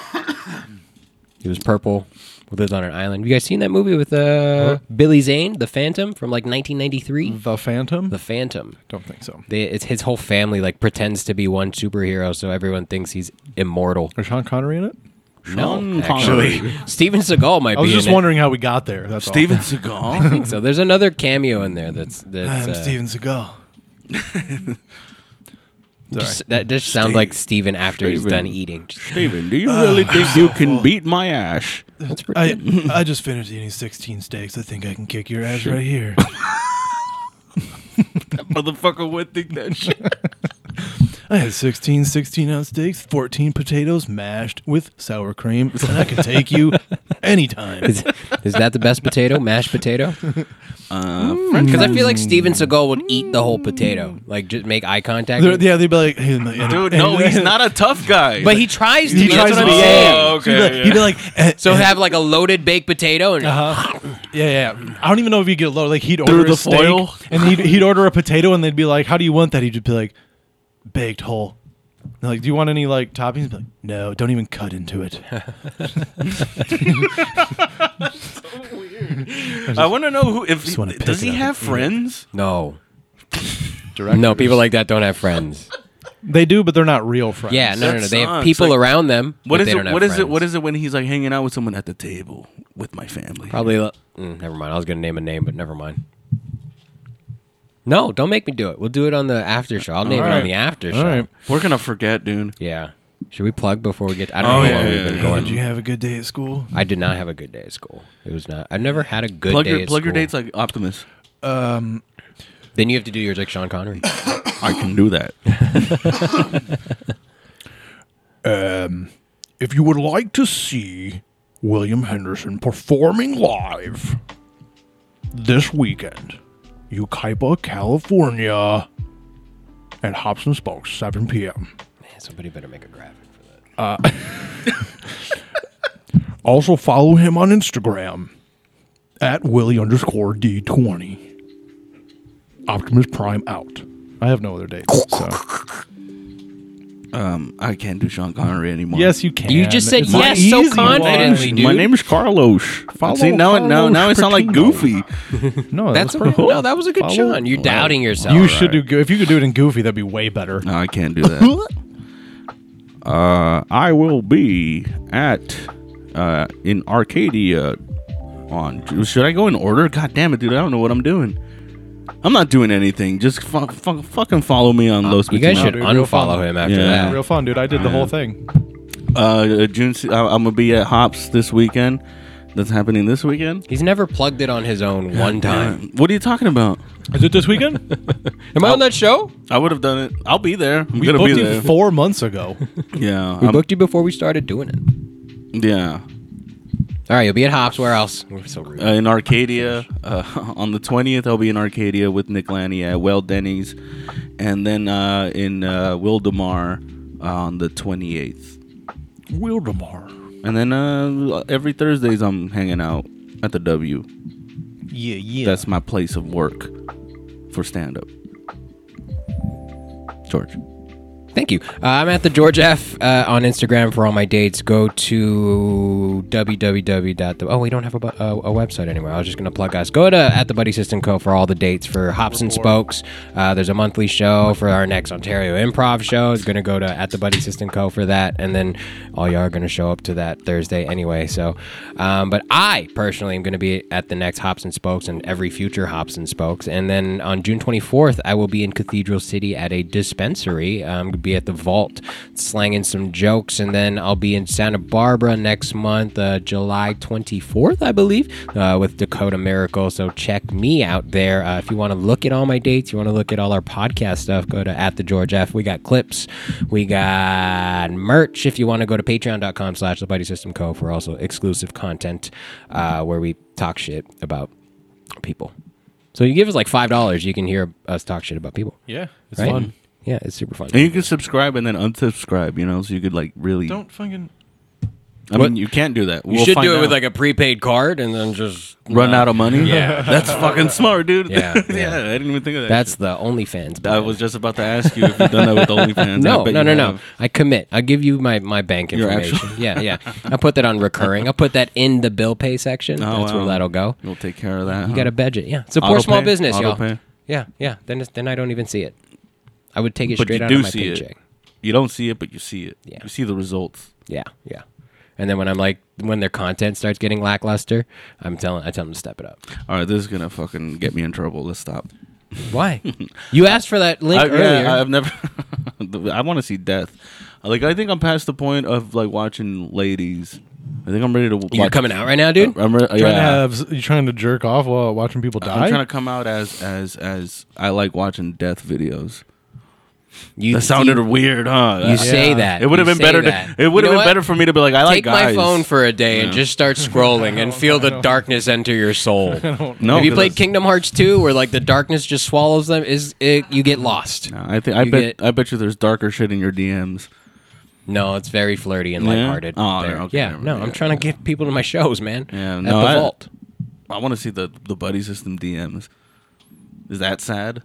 Speaker 1: He was purple. Lives on an island. You guys seen that movie with uh, Billy Zane, The Phantom, from like 1993?
Speaker 3: The Phantom?
Speaker 1: The Phantom.
Speaker 3: Don't think so.
Speaker 1: They, it's his whole family like pretends to be one superhero, so everyone thinks he's immortal.
Speaker 3: Is Sean Connery in it?
Speaker 4: Sean
Speaker 1: actually.
Speaker 4: Connery.
Speaker 1: Steven Seagal might
Speaker 3: I was
Speaker 1: be.
Speaker 3: just
Speaker 1: in it.
Speaker 3: wondering how we got there. That's
Speaker 4: Steven Seagal.
Speaker 1: So there's another cameo in there that's
Speaker 3: All.
Speaker 1: that's
Speaker 3: I'm
Speaker 1: uh,
Speaker 3: Steven Seagal.
Speaker 1: just- that just sounds like Steven after he's
Speaker 4: Steven.
Speaker 1: done eating. Just-
Speaker 4: Steven, do you really think you can beat my ass?
Speaker 1: That's pretty good.
Speaker 3: I I just finished eating 16 steaks. I think I can kick your ass right here.
Speaker 4: Motherfucker would think that shit.
Speaker 3: I had 16 16 ounce steaks, 14 potatoes mashed with sour cream, and I can take you anytime.
Speaker 1: Is, is that the best potato? Mashed potato?
Speaker 4: Uh,
Speaker 1: Because I feel like Steven Seagal would eat the whole potato, like just make eye contact.
Speaker 3: They're-
Speaker 1: with-
Speaker 3: yeah, they'd be like, hey, my- and-
Speaker 4: Dude, no,
Speaker 3: and-
Speaker 4: he's not a tough guy.
Speaker 1: but he tries to.
Speaker 3: He
Speaker 1: be,
Speaker 3: tries
Speaker 1: that's
Speaker 3: to
Speaker 1: what
Speaker 3: be.
Speaker 1: I'm saying.
Speaker 4: Oh,
Speaker 3: He'd be like-
Speaker 4: okay.
Speaker 3: He'd be like, eh,
Speaker 1: So
Speaker 3: eh,
Speaker 1: have like a loaded baked potato and
Speaker 3: Uh-huh. yeah, yeah. I don't even know if he'd get low. Like he'd order
Speaker 4: the
Speaker 3: a steak,
Speaker 4: foil?
Speaker 3: and he'd, he'd order a potato, and they'd be like, "How do you want that?" He'd just be like, "Baked whole." And they're like, do you want any like toppings? He'd be like, no, don't even cut into it.
Speaker 4: I want to know who if
Speaker 3: wanna pick
Speaker 4: does he
Speaker 3: it up
Speaker 4: have friends?
Speaker 1: no. No, people like that don't have friends.
Speaker 3: they do, but they're not real friends.
Speaker 1: Yeah, no, no, no.
Speaker 4: That
Speaker 1: They have
Speaker 4: sucks.
Speaker 1: people
Speaker 4: Like,
Speaker 1: around them.
Speaker 4: What
Speaker 1: but
Speaker 4: is
Speaker 1: they
Speaker 4: it?
Speaker 1: don't have
Speaker 4: What is it?
Speaker 1: friends.
Speaker 4: What is it when he's like hanging out with someone at the table with my family?
Speaker 1: Probably. lo- Mm, never mind. I was going to name a name, but never mind. No, don't make me do it. We'll do it on the after show. I'll name it on
Speaker 3: right.
Speaker 1: the after show.
Speaker 3: All right.
Speaker 4: We're gonna forget, dude.
Speaker 1: Yeah. Should we plug before we get? I don't
Speaker 4: Oh,
Speaker 1: know
Speaker 4: yeah,
Speaker 1: where
Speaker 4: yeah,
Speaker 1: we've been
Speaker 4: yeah.
Speaker 1: going.
Speaker 3: Did you have a good day at school?
Speaker 1: I did not have a good day at school. It was not. I've never had a good
Speaker 4: Plug
Speaker 1: day.
Speaker 4: your
Speaker 1: at
Speaker 4: plug your
Speaker 1: school.
Speaker 4: dates like Optimus.
Speaker 1: Then you have to do yours like Sean Connery.
Speaker 4: I can do that.
Speaker 6: If you would like to see William Henderson performing live this weekend, Yucaipa, California, at Hobson Spokes, 7 p.m.
Speaker 1: Man, somebody better make a graphic for that.
Speaker 6: Also follow him on Instagram at Willie underscore D20. Optimus Prime out.
Speaker 3: I have no other dates. So.
Speaker 4: Um, I can't do Sean Connery anymore.
Speaker 3: Yes, you can.
Speaker 1: You just said
Speaker 3: It's
Speaker 1: yes
Speaker 3: not
Speaker 1: so
Speaker 3: easy.
Speaker 1: confidently, dude.
Speaker 4: My name is Carlos.
Speaker 6: Follow
Speaker 4: See now, it now, now it sound like
Speaker 6: Carlos
Speaker 4: Goofy.
Speaker 3: No,
Speaker 1: That's
Speaker 3: that's pretty
Speaker 1: a, no, that was a good
Speaker 3: Follow-
Speaker 1: Sean. You're doubting yourself.
Speaker 3: You should do go- if you could do it in Goofy, that'd be way better.
Speaker 4: No, I can't do that. uh, I will be at uh, in Arcadia on. Should I go in order? God damn it, dude! I don't know what I'm doing. I'm not doing anything. Just fu- fu- fucking follow me on Los.
Speaker 1: Uh, You guys
Speaker 4: Cochinos.
Speaker 1: should
Speaker 3: dude, real
Speaker 1: unfollow
Speaker 3: follow.
Speaker 1: him after
Speaker 4: Yeah.
Speaker 1: that.
Speaker 3: Real fun, dude. I did the whole thing.
Speaker 4: Uh, June. si- I- I'm gonna be at Hops this weekend. That's happening this weekend.
Speaker 1: He's never plugged it on his own one time.
Speaker 4: What are you talking about?
Speaker 3: Is it this weekend?
Speaker 1: Am I on that show?
Speaker 4: I would have done it. I'll be there. I'm
Speaker 3: we
Speaker 4: gonna
Speaker 3: booked
Speaker 4: be there.
Speaker 3: it four months ago.
Speaker 4: yeah.
Speaker 1: We
Speaker 4: I'm-
Speaker 1: booked you before we started doing it.
Speaker 4: yeah.
Speaker 1: All right, you'll be at Hops. Where else? We're so rude.
Speaker 4: uh, in Arcadia. Uh, on the 20th, I'll be in Arcadia with Nick Lanny at Weld Denny's. And then uh, in uh, Wildemar uh, on the 28th.
Speaker 6: Wildemar.
Speaker 4: And then uh, every Thursdays, I'm hanging out at the W.
Speaker 3: yeah, yeah.
Speaker 4: That's my place of work for stand up. George.
Speaker 1: Thank you. Uh, I'm at the George F uh, on Instagram for all my dates. Go to www. Oh, we don't have a, bu- a, a website anymore. I was just gonna plug us. Go to at the Buddy System Co for all the dates for Hops and Spokes. Uh, there's a monthly show for our next Ontario Improv show. It's gonna go to at the Buddy System Co for that, and then all y'all are gonna show up to that Thursday anyway. So, um, but I personally am gonna be at the next Hops and Spokes and every future Hops and Spokes, and then on June 24th I will be in Cathedral City at a dispensary. I'm gonna be at the Vault, slanging some jokes, and then I'll be in Santa Barbara next month, uh, July 24th, I believe, uh, with Dakota Miracle. So check me out there. Uh, if you want to look at all my dates, you want to look at all our podcast stuff, go to at the George F. We got clips, we got merch. If you want to go to Patreon.com/slash The Buddy System Co. for also exclusive content uh, where we talk shit about people. So you give us like five dollars, you can hear us talk shit about people.
Speaker 3: yeah, it's
Speaker 1: Right?
Speaker 3: fun.
Speaker 1: Yeah, it's super fun.
Speaker 4: And you can subscribe and then unsubscribe, you know, so you could like really.
Speaker 3: Don't fucking.
Speaker 4: I
Speaker 1: What-
Speaker 4: mean, you can't do that.
Speaker 1: You should do it with like a prepaid card and then just
Speaker 4: run out of money.
Speaker 1: Yeah.
Speaker 4: that's fucking smart, dude.
Speaker 1: Yeah, yeah.
Speaker 4: I didn't even think of that.
Speaker 1: That's the OnlyFans.
Speaker 4: I
Speaker 1: button.
Speaker 4: was just about to ask you if you've done that with OnlyFans.
Speaker 1: No,
Speaker 4: I bet
Speaker 1: no,
Speaker 4: you
Speaker 1: no, no.
Speaker 4: have.
Speaker 1: I commit. I'll give you my, my bank
Speaker 4: Your
Speaker 1: information. yeah, yeah. I'll put that on recurring. I'll put that in the bill pay section.
Speaker 4: Oh,
Speaker 1: That's where
Speaker 4: wow.
Speaker 1: that'll go.
Speaker 4: You'll take care of that.
Speaker 1: You got to budget. Yeah. Support
Speaker 4: Auto
Speaker 1: small
Speaker 4: pay?
Speaker 1: business,
Speaker 4: Auto
Speaker 1: y'all.
Speaker 4: pay?
Speaker 1: Yeah, yeah. Then it's, then I don't even see it. I would take it
Speaker 4: But
Speaker 1: straight
Speaker 4: you
Speaker 1: out
Speaker 4: do
Speaker 1: of my
Speaker 4: see it.
Speaker 1: paycheck.
Speaker 4: You don't see it, but you see it.
Speaker 1: Yeah.
Speaker 4: You see the results.
Speaker 1: Yeah, yeah. And then when I'm like, when their content starts getting lackluster, I'm telling, I tell them to step it up.
Speaker 4: All right, this is gonna fucking get me in trouble. Let's stop.
Speaker 1: Why? you asked for that link
Speaker 4: I,
Speaker 1: earlier.
Speaker 4: yeah, I've never. I want to see death. Like I think I'm past the point of like watching ladies. I think I'm ready to. Watch.
Speaker 1: You're coming out right now, dude.
Speaker 4: I'm re-
Speaker 3: Trying to
Speaker 4: yeah.
Speaker 3: have you trying to jerk off while watching people die.
Speaker 4: I'm trying to come out as as as I like watching death videos.
Speaker 1: You
Speaker 4: That sounded
Speaker 1: You,
Speaker 4: weird, huh?
Speaker 1: you say that.
Speaker 4: It would have
Speaker 1: You
Speaker 4: been
Speaker 1: say
Speaker 4: better. To,
Speaker 1: that.
Speaker 4: it
Speaker 1: You
Speaker 4: would have
Speaker 1: know
Speaker 4: been
Speaker 1: what?
Speaker 4: better for me to be like, I like
Speaker 1: Take my
Speaker 4: guys.
Speaker 1: phone for a day and just start scrolling and feel the darkness enter your soul.
Speaker 4: No,
Speaker 1: Have you
Speaker 4: 'cause
Speaker 1: played
Speaker 4: that's-
Speaker 1: Kingdom Hearts 2 where like the darkness just swallows them? Is it you get lost?
Speaker 4: No, I think I
Speaker 1: You
Speaker 4: bet
Speaker 1: get-
Speaker 4: I bet you there's darker shit in your DMs.
Speaker 1: No, it's very flirty and
Speaker 4: Yeah?
Speaker 1: lighthearted.
Speaker 4: Oh,
Speaker 1: there.
Speaker 4: okay,
Speaker 1: yeah,
Speaker 4: never
Speaker 1: no,
Speaker 4: mind.
Speaker 1: I'm
Speaker 4: Yeah,
Speaker 1: trying to get people to my shows, man.
Speaker 4: Yeah,
Speaker 1: at
Speaker 4: no,
Speaker 1: the
Speaker 4: I-
Speaker 1: vault.
Speaker 4: I want to see the the buddy system DMs. Is that sad?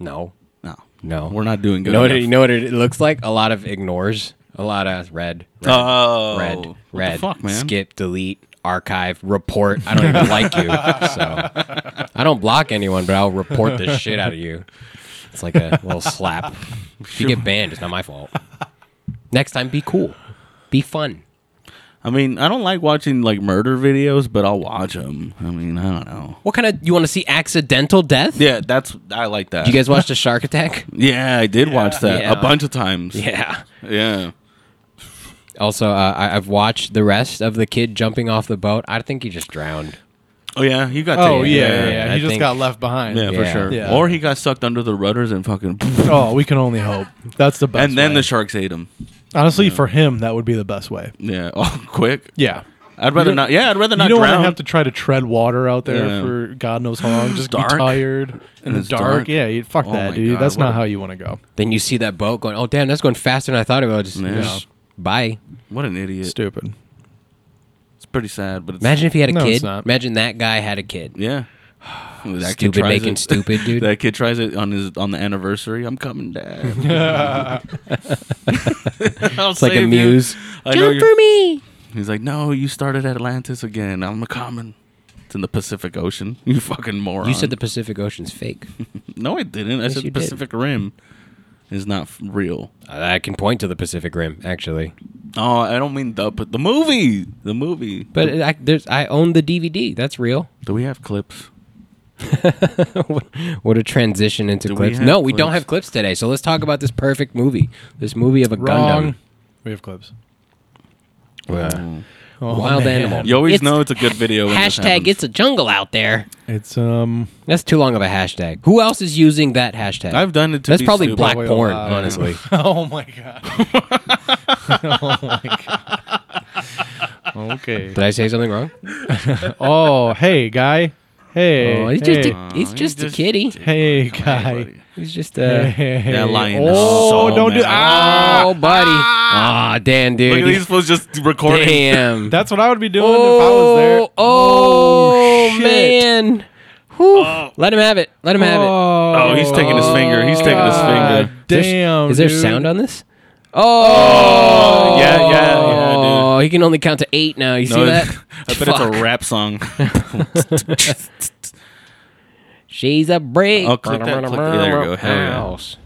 Speaker 1: No,
Speaker 4: No,
Speaker 1: no,
Speaker 4: we're not doing
Speaker 1: You
Speaker 4: good.
Speaker 1: know what?
Speaker 4: enough.
Speaker 1: It, you know what it looks like? A lot of ignores, a lot of red, red,
Speaker 4: oh,
Speaker 1: red,
Speaker 4: What the
Speaker 1: red.
Speaker 4: fuck, man.
Speaker 1: Skip, delete, archive, report. I don't even like you, so I don't block anyone, but I'll report the shit out of you. It's like a little slap. If you get banned, it's not my fault. Next time, be cool, be fun.
Speaker 4: I mean, I don't like watching like murder videos, but I'll watch them. I mean, I don't know.
Speaker 1: What kind of you want to see? Accidental death?
Speaker 4: Yeah, that's I like that.
Speaker 1: Did you guys watch the Shark Attack?
Speaker 4: yeah, I did watch that
Speaker 1: Yeah.
Speaker 4: a bunch of times.
Speaker 1: Yeah.
Speaker 4: yeah.
Speaker 1: Also, uh, I, I've watched the rest of the kid jumping off the boat. I think he just drowned.
Speaker 4: Oh yeah, he got.
Speaker 3: oh
Speaker 4: taken.
Speaker 3: yeah, yeah,
Speaker 1: yeah,
Speaker 3: yeah.
Speaker 1: I
Speaker 3: He just
Speaker 1: think-
Speaker 3: got left behind.
Speaker 4: Yeah, for
Speaker 1: Yeah.
Speaker 4: sure.
Speaker 3: Yeah.
Speaker 4: Or he got sucked under the rudders and fucking,
Speaker 3: Oh, we can only hope. That's the best.
Speaker 4: and then
Speaker 3: way.
Speaker 4: the sharks ate him.
Speaker 3: honestly for him that would be the best way.
Speaker 4: Yeah. Oh, quick.
Speaker 3: Yeah.
Speaker 4: I'd rather not. Yeah, I'd rather not
Speaker 3: you don't want
Speaker 4: drown.
Speaker 3: to have to try to tread water out there
Speaker 4: Yeah.
Speaker 3: for God knows how long. Just
Speaker 4: Dark.
Speaker 3: be tired
Speaker 4: And
Speaker 3: in the
Speaker 4: it's
Speaker 3: dark.
Speaker 4: dark.
Speaker 3: Yeah, you, fuck
Speaker 4: Oh my
Speaker 3: that, dude.
Speaker 4: God,
Speaker 3: That's
Speaker 4: what a-
Speaker 3: not how you want to go.
Speaker 1: Then you see that boat going, oh, damn, that's going faster than I thought it would. Just,
Speaker 4: Yeah.
Speaker 1: just- bye.
Speaker 4: what an idiot.
Speaker 3: Stupid.
Speaker 4: It's pretty sad, but it's,
Speaker 1: Imagine if he had a
Speaker 3: No,
Speaker 1: kid.
Speaker 3: it's not.
Speaker 1: Imagine that guy had a kid.
Speaker 4: yeah. That
Speaker 1: Stupid
Speaker 4: tries
Speaker 1: making
Speaker 4: it-
Speaker 1: stupid, dude.
Speaker 4: that kid tries it on his on the anniversary. I'm coming, Dad. I'll
Speaker 1: It's like a
Speaker 4: save you.
Speaker 1: muse.
Speaker 4: I know
Speaker 1: Jump
Speaker 4: you're-
Speaker 1: for me.
Speaker 4: He's like, no, you started Atlantis again. I'm a common. It's in the Pacific Ocean. You fucking moron.
Speaker 1: You said the Pacific Ocean's fake.
Speaker 4: no, I didn't. I
Speaker 1: Yes,
Speaker 4: said the
Speaker 1: you did.
Speaker 4: Pacific Rim is not f- real.
Speaker 1: I can point to the Pacific Rim, actually.
Speaker 4: Oh, I don't mean the but the movie. The movie.
Speaker 1: But I, there's, I own the DVD. That's real.
Speaker 4: do we have clips?
Speaker 1: What a transition into
Speaker 4: Do we
Speaker 1: clips.
Speaker 4: have
Speaker 1: no, we don't
Speaker 4: clips?
Speaker 1: have clips today. So let's talk about this perfect movie. This movie of a
Speaker 3: Wrong. We have clips.
Speaker 1: Gundam. Uh,
Speaker 3: Oh,
Speaker 1: Wild
Speaker 3: man.
Speaker 1: animal.
Speaker 4: You always
Speaker 1: It's-
Speaker 4: know it's a good video. when this
Speaker 1: Hashtag
Speaker 4: happens.
Speaker 1: it's a jungle out there.
Speaker 3: It's um.
Speaker 1: That's too long of a hashtag. Who else is using that hashtag?
Speaker 4: I've done it. To
Speaker 1: That's
Speaker 4: be
Speaker 1: probably
Speaker 4: stupid.
Speaker 1: black
Speaker 3: Wait,
Speaker 1: porn,
Speaker 3: uh,
Speaker 1: honestly.
Speaker 3: Oh my god. oh my god. Okay.
Speaker 1: Did I say something wrong?
Speaker 3: Oh hey guy. Hey.
Speaker 1: Oh, he's
Speaker 3: hey.
Speaker 1: just a, he's
Speaker 4: he's
Speaker 1: just a
Speaker 4: just-
Speaker 1: kitty.
Speaker 3: hey guy.
Speaker 4: buddy.
Speaker 1: He's just a
Speaker 3: Hey.
Speaker 4: That lion is
Speaker 3: Oh,
Speaker 4: so
Speaker 3: don't do.
Speaker 4: mad.
Speaker 3: Ah.
Speaker 1: oh buddy. Ah, damn
Speaker 4: Look at these
Speaker 1: dude.
Speaker 4: fools just recording.
Speaker 1: Damn.
Speaker 3: That's what I would be doing if I was there.
Speaker 1: oh, oh,
Speaker 3: Oh, shit.
Speaker 1: man. Whew. Let him have it. Let him have it.
Speaker 4: Oh, he's taking his finger. He's taking his
Speaker 3: God
Speaker 4: finger.
Speaker 1: There's-
Speaker 3: Damn.
Speaker 1: Is there
Speaker 3: dude.
Speaker 1: sound on this? Oh,
Speaker 4: yeah, yeah, yeah, dude.
Speaker 1: Oh, he can only count to eight now. You see
Speaker 4: No,
Speaker 1: that?
Speaker 4: I bet
Speaker 1: Fuck.
Speaker 4: it's a rap song.
Speaker 1: She's a brick.
Speaker 4: Oh, click that, click that. There you go. Hell yeah.
Speaker 1: House.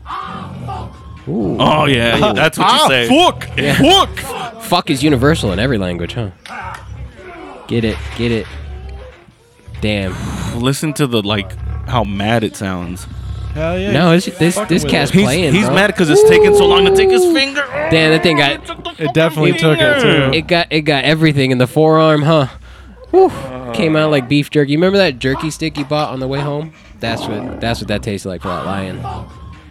Speaker 4: oh yeah, Ah, that's what you say.
Speaker 3: Fuck. Fuck.
Speaker 1: Fuck is universal in every language, huh? Get it, get it. Damn.
Speaker 4: Listen to the like how mad it sounds.
Speaker 3: Hell yeah.
Speaker 1: No, it's, this this cat's
Speaker 4: He's,
Speaker 1: playing.
Speaker 4: he's
Speaker 1: bro.
Speaker 4: mad because it's taking so long to take his finger.
Speaker 1: Damn, that thing got
Speaker 3: It definitely took it too.
Speaker 1: it got it got everything in the forearm, huh? Whew. Came out like beef jerky. You remember that jerky stick you bought on the way home? That's what that's what that tasted like for that lion.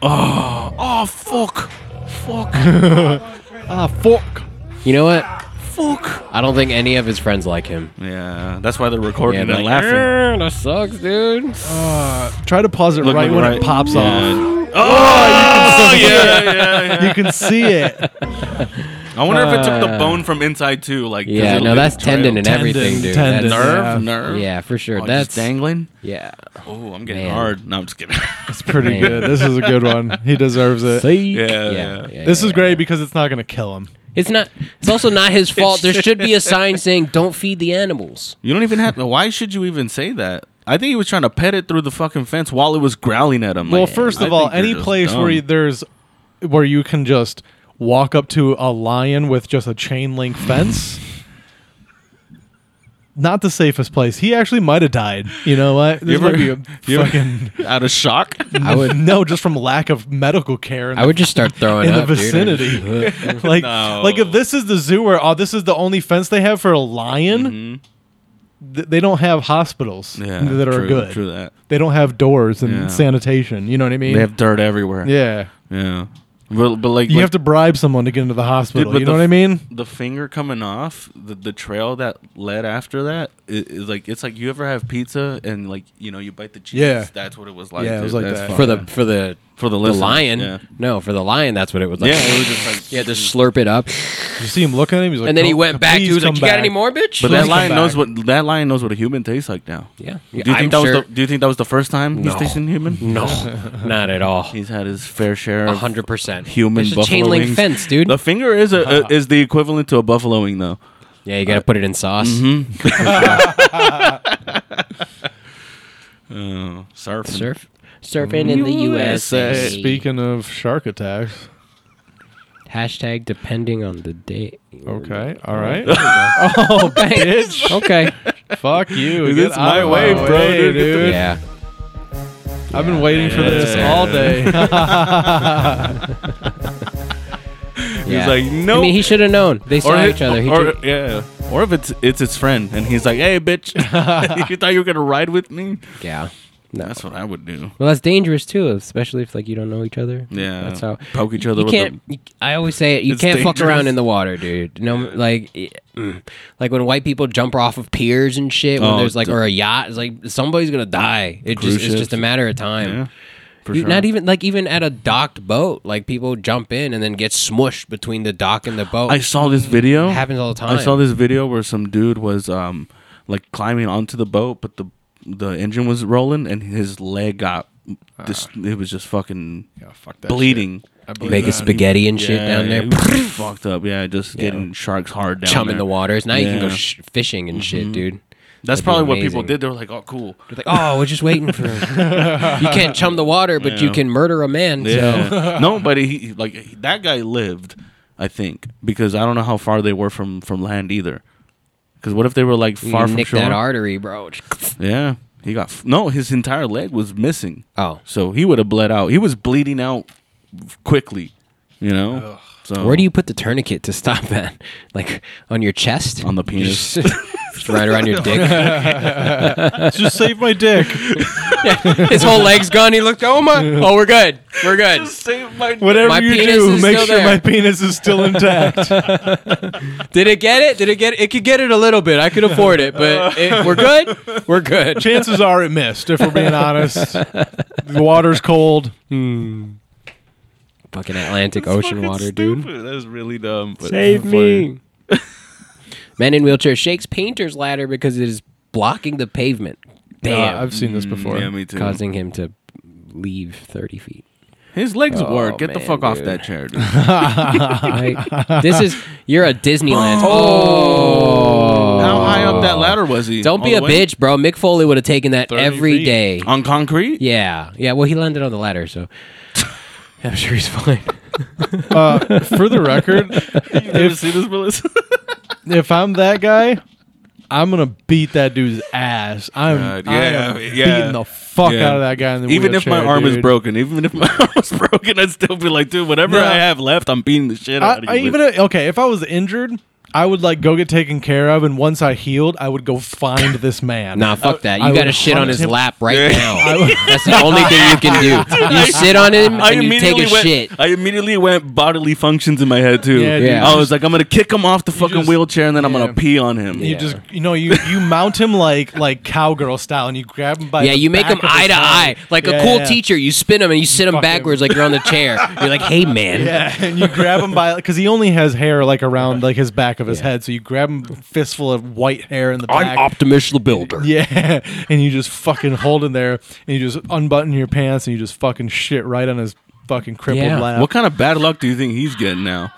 Speaker 4: Oh fuck, fuck,
Speaker 3: ah, fuck.
Speaker 1: You know what?
Speaker 4: fuck.
Speaker 1: I don't think any of his friends like him.
Speaker 4: Yeah, that's why they're
Speaker 1: Yeah,
Speaker 4: recording
Speaker 1: they're
Speaker 4: and
Speaker 1: like,
Speaker 4: laughing.
Speaker 1: "Eh, that sucks, dude.
Speaker 3: Try to pause it
Speaker 4: Look,
Speaker 3: right
Speaker 4: look,
Speaker 3: when it pops
Speaker 4: Yeah.
Speaker 3: off.
Speaker 4: Oh, yeah, yeah, yeah.
Speaker 3: You can see it.
Speaker 4: I wonder if it took the bone from inside too. Like 'cause
Speaker 1: Uh, Yeah,
Speaker 4: it'll
Speaker 1: no,
Speaker 4: leave
Speaker 1: that's
Speaker 4: a trail.
Speaker 1: tendon and
Speaker 3: Tendon,
Speaker 1: everything, dude.
Speaker 3: tendon.
Speaker 1: That's-
Speaker 4: nerve,
Speaker 3: Yeah.
Speaker 4: nerve.
Speaker 1: Yeah, for sure.
Speaker 4: Oh, just
Speaker 1: that's
Speaker 4: dangling.
Speaker 1: yeah.
Speaker 4: Oh, I'm getting
Speaker 1: Man.
Speaker 4: hard. No, I'm just kidding.
Speaker 3: It's pretty good. This is a good one. He deserves it.
Speaker 4: yeah,
Speaker 1: Yeah,
Speaker 4: yeah.
Speaker 1: yeah,
Speaker 3: This
Speaker 1: yeah,
Speaker 3: is
Speaker 1: yeah.
Speaker 3: great because it's not going to kill him.
Speaker 1: It's not. It's also not his fault. There should be a sign saying "Don't feed the animals."
Speaker 4: You don't even have. Why should you even say that? I think he was trying to pet it through the fucking fence while it was growling at him.
Speaker 3: Well,
Speaker 4: Like,
Speaker 3: first
Speaker 4: I
Speaker 3: of all,
Speaker 4: think you're
Speaker 3: any
Speaker 4: just
Speaker 3: place
Speaker 4: dumb.
Speaker 3: where you, there's where you can just walk up to a lion with just a chain link fence. Not the safest place. He actually might have died. You know what? This
Speaker 4: ever-
Speaker 3: might be a
Speaker 4: you ever-
Speaker 3: fucking
Speaker 4: out of shock.
Speaker 1: I would.
Speaker 3: no, just from lack of medical care. in
Speaker 1: I
Speaker 3: the
Speaker 1: would just start throwing
Speaker 3: in the
Speaker 1: up, dude.
Speaker 3: vicinity. like,
Speaker 4: No.
Speaker 3: like if this is the zoo or oh, this is the only fence they have for a lion, th- they don't have hospitals
Speaker 4: Mm-hmm. yeah,
Speaker 3: that are
Speaker 4: true-
Speaker 3: good.
Speaker 4: True that.
Speaker 3: They don't have doors and
Speaker 4: Yeah.
Speaker 3: sanitation. You know what I mean?
Speaker 4: They have dirt everywhere.
Speaker 3: yeah.
Speaker 4: yeah. But, but like
Speaker 3: You
Speaker 4: like-
Speaker 3: have to bribe someone to get into the
Speaker 4: dude,
Speaker 3: hospital.
Speaker 4: but
Speaker 3: you
Speaker 4: the
Speaker 3: know what I
Speaker 4: f-
Speaker 3: mean?
Speaker 4: The finger coming off the, the trail that led after that is, is like it's like you ever have pizza and like you know you bite the cheese.
Speaker 3: Yeah.
Speaker 4: that's what it was like.
Speaker 3: Yeah, it
Speaker 4: dude.
Speaker 3: was like
Speaker 4: That's
Speaker 3: that.
Speaker 4: fucked
Speaker 1: For the
Speaker 4: up.
Speaker 1: for the
Speaker 4: for the,
Speaker 1: the
Speaker 4: listeners,
Speaker 1: lion.
Speaker 4: Yeah.
Speaker 1: No, for the lion. That's what it was like.
Speaker 4: Yeah, it was just like-
Speaker 1: yeah, just slurp it up,
Speaker 3: You see him looking at him. He's like,
Speaker 1: and then he
Speaker 3: "Oh,
Speaker 1: went back.
Speaker 3: please
Speaker 1: He was like,
Speaker 3: come
Speaker 1: "You got
Speaker 3: back."
Speaker 1: any more, bitch?"
Speaker 4: But
Speaker 3: Please
Speaker 4: that
Speaker 3: come
Speaker 4: lion knows
Speaker 3: back.
Speaker 4: what that lion knows what a human tastes like now.
Speaker 1: yeah,
Speaker 4: Do you
Speaker 1: I'm
Speaker 4: think that
Speaker 1: sure.
Speaker 4: was the, Do you think that was the first time
Speaker 1: No.
Speaker 4: he's tasting human?
Speaker 1: no, not at all.
Speaker 4: He's had his fair share.
Speaker 1: A
Speaker 4: of
Speaker 1: hundred percent
Speaker 4: human
Speaker 1: There's a
Speaker 4: buffalo
Speaker 1: chain link
Speaker 4: wings.
Speaker 1: fence, dude. Uh-huh.
Speaker 4: The finger is a, a- is the equivalent to a buffalo wing, though.
Speaker 1: yeah, you gotta put it in sauce.
Speaker 4: Mm-hmm. Oh, surf.
Speaker 1: Surf, surfing in the USA.
Speaker 3: Speaking of shark attacks,
Speaker 1: Hashtag depending on the day.
Speaker 3: okay, all right,
Speaker 1: Oh, bitch. okay.
Speaker 3: fuck you.
Speaker 4: Dude,
Speaker 3: Get
Speaker 4: it's
Speaker 3: out
Speaker 4: my
Speaker 3: of
Speaker 4: way,
Speaker 3: my
Speaker 4: bro,
Speaker 3: way,
Speaker 4: dude. Get the-
Speaker 3: dude.
Speaker 1: Yeah.
Speaker 3: I've been waiting for this
Speaker 1: Yeah.
Speaker 3: all day.
Speaker 1: yeah.
Speaker 4: He's like, no.
Speaker 1: I mean, he should have known. They saw
Speaker 4: hi-
Speaker 1: each other. He
Speaker 4: or-
Speaker 1: took-
Speaker 4: yeah. Or if it's it's his friend and he's like, "Hey, bitch, you thought you were gonna ride with me?"
Speaker 1: yeah. No.
Speaker 4: That's what I would do.
Speaker 1: Well, that's dangerous too, especially if like you don't know each other.
Speaker 4: Yeah.
Speaker 1: That's how
Speaker 4: Poke each other
Speaker 1: You
Speaker 4: with
Speaker 1: can't. you- I always say it. You
Speaker 4: It's
Speaker 1: can't fuck
Speaker 4: dangerous.
Speaker 1: around in the water, dude. No, like, eh, mm. like when white people jump off of piers and shit. When
Speaker 4: Oh,
Speaker 1: there's like
Speaker 4: d-
Speaker 1: or a yacht, it's like somebody's gonna die. It
Speaker 4: Cruise
Speaker 1: just it's just a
Speaker 4: ships.
Speaker 1: matter of time.
Speaker 4: Yeah. For
Speaker 1: You-
Speaker 4: sure.
Speaker 1: Not even like even at a docked boat, like people jump in and then get smushed between the dock and the boat.
Speaker 4: I saw this video.
Speaker 1: It happens all the time.
Speaker 4: I saw this video where some dude was um like climbing onto the boat, but the the engine was rolling and his leg got
Speaker 1: Ah.
Speaker 4: this. It was just fucking
Speaker 3: fuck that
Speaker 4: bleeding.
Speaker 1: You make a spaghetti and shit
Speaker 4: Yeah,
Speaker 1: down there,
Speaker 4: it was just fucked up. Yeah, just getting sharks hard down.
Speaker 1: chum in
Speaker 4: there.
Speaker 1: the waters. Now you can go
Speaker 4: Yeah. Mm-hmm.
Speaker 1: sh- fishing and shit, dude.
Speaker 4: That's
Speaker 1: That'd be
Speaker 4: probably what people
Speaker 1: amazing.
Speaker 4: did. They were like, "Oh, cool."
Speaker 1: You're like, oh, we're just waiting for. you can't chum the water, but you
Speaker 4: Yeah.
Speaker 1: can murder a man. So
Speaker 4: Yeah. no, but he like he- that guy lived, I think, because I don't know how far they were from from land either. Because what if they were like
Speaker 1: you
Speaker 4: far from
Speaker 1: nick
Speaker 4: shore?
Speaker 1: that artery, bro.
Speaker 4: Yeah, he got f- no. His entire leg was missing.
Speaker 1: Oh,
Speaker 4: So he would have bled out. He was bleeding out quickly, you know. So
Speaker 1: where do you put the tourniquet to stop that? Like on your chest?
Speaker 4: on the penis?
Speaker 1: Just right around your dick.
Speaker 3: Just save my dick.
Speaker 1: His whole leg's gone. He looked. Oh my. Oh, we're good. We're good.
Speaker 3: Whatever
Speaker 1: My
Speaker 3: you
Speaker 1: penis
Speaker 3: do,
Speaker 1: is
Speaker 3: make
Speaker 1: still
Speaker 3: sure
Speaker 1: there.
Speaker 3: my penis is still intact.
Speaker 1: Did it get it? Did it get it? It could get it a little bit. I could afford it, but it, we're good. We're good.
Speaker 3: Chances are it missed. If we're being honest, the water's cold.
Speaker 1: Fucking Atlantic Ocean water, dude.
Speaker 4: That's really dumb. But
Speaker 1: Man in wheelchair shakes painter's ladder because it is blocking the pavement. Damn.
Speaker 3: Uh, I've seen this before.
Speaker 4: Mm, Yeah, me too.
Speaker 1: causing him to leave 30 feet.
Speaker 4: His legs
Speaker 1: Oh,
Speaker 4: work. Get the
Speaker 1: man,
Speaker 4: fuck off
Speaker 1: dude.
Speaker 4: that chair, dude.
Speaker 1: Like, this is, you're a Disneyland. Oh.
Speaker 4: How high up that ladder was he?
Speaker 1: Don't be a
Speaker 4: All the way? Uh.
Speaker 1: bitch, bro. Mick Foley would have taken that
Speaker 3: 30
Speaker 1: every
Speaker 3: feet.
Speaker 1: day.
Speaker 4: on concrete.
Speaker 1: Yeah. Yeah. Well, he landed on the ladder, so I'm sure he's fine.
Speaker 3: Uh, for the record,
Speaker 4: You ever see this, Melissa?
Speaker 3: if I'm that guy, I'm gonna beat that dude's ass. I'm,
Speaker 4: God,
Speaker 3: I am
Speaker 4: yeah, yeah.
Speaker 3: beating the fuck
Speaker 4: Yeah.
Speaker 3: out of that guy in the
Speaker 4: even if my
Speaker 3: wheelchair,
Speaker 4: arm is
Speaker 3: dude.
Speaker 4: broken, even if my arm was broken, I'd still be like, dude, whatever
Speaker 3: No.
Speaker 4: I have left, I'm beating the shit out
Speaker 3: I,
Speaker 4: of you.
Speaker 3: I
Speaker 4: with.
Speaker 3: even okay, if I was injured, I would like go get taken care of, and once I healed, I would go find this man.
Speaker 1: Nah, fuck that.
Speaker 3: I
Speaker 1: You got to
Speaker 3: would
Speaker 1: shit on
Speaker 3: hunt
Speaker 1: his
Speaker 3: him.
Speaker 1: lap right now. That's the only thing you can do. You sit on him
Speaker 4: I
Speaker 1: and Mm. you take
Speaker 4: immediately
Speaker 1: a
Speaker 4: went.
Speaker 1: shit.
Speaker 4: I immediately went bodily functions in my head too.
Speaker 3: Yeah, dude,
Speaker 1: Yeah.
Speaker 4: I was like, I'm gonna kick him off the fucking
Speaker 3: just-
Speaker 4: wheelchair, and then I'm
Speaker 3: yeah.
Speaker 4: gonna pee on him.
Speaker 3: You
Speaker 1: Yeah.
Speaker 3: just you know you you mount him like like cowgirl style, and you grab him by
Speaker 1: Yeah,
Speaker 3: the
Speaker 1: you make
Speaker 3: back
Speaker 1: him
Speaker 3: of his
Speaker 1: eye to eye,
Speaker 3: body.
Speaker 1: like
Speaker 3: Yeah,
Speaker 1: a cool
Speaker 3: yeah.
Speaker 1: teacher. You spin him and you sit him
Speaker 3: Fuck him.
Speaker 1: backwards, like you're on the chair. You're like, "Hey, man."
Speaker 3: Yeah, and you grab him by because he only has hair like around like his back of his head, so you grab him fistful of white hair in the back.
Speaker 1: Optimus the Builder.
Speaker 3: Yeah, and you just fucking hold him there, and you just unbutton your pants, and you just fucking shit right on his fucking crippled
Speaker 1: Yeah.
Speaker 3: lap.
Speaker 4: What kind of bad luck do you think he's getting now?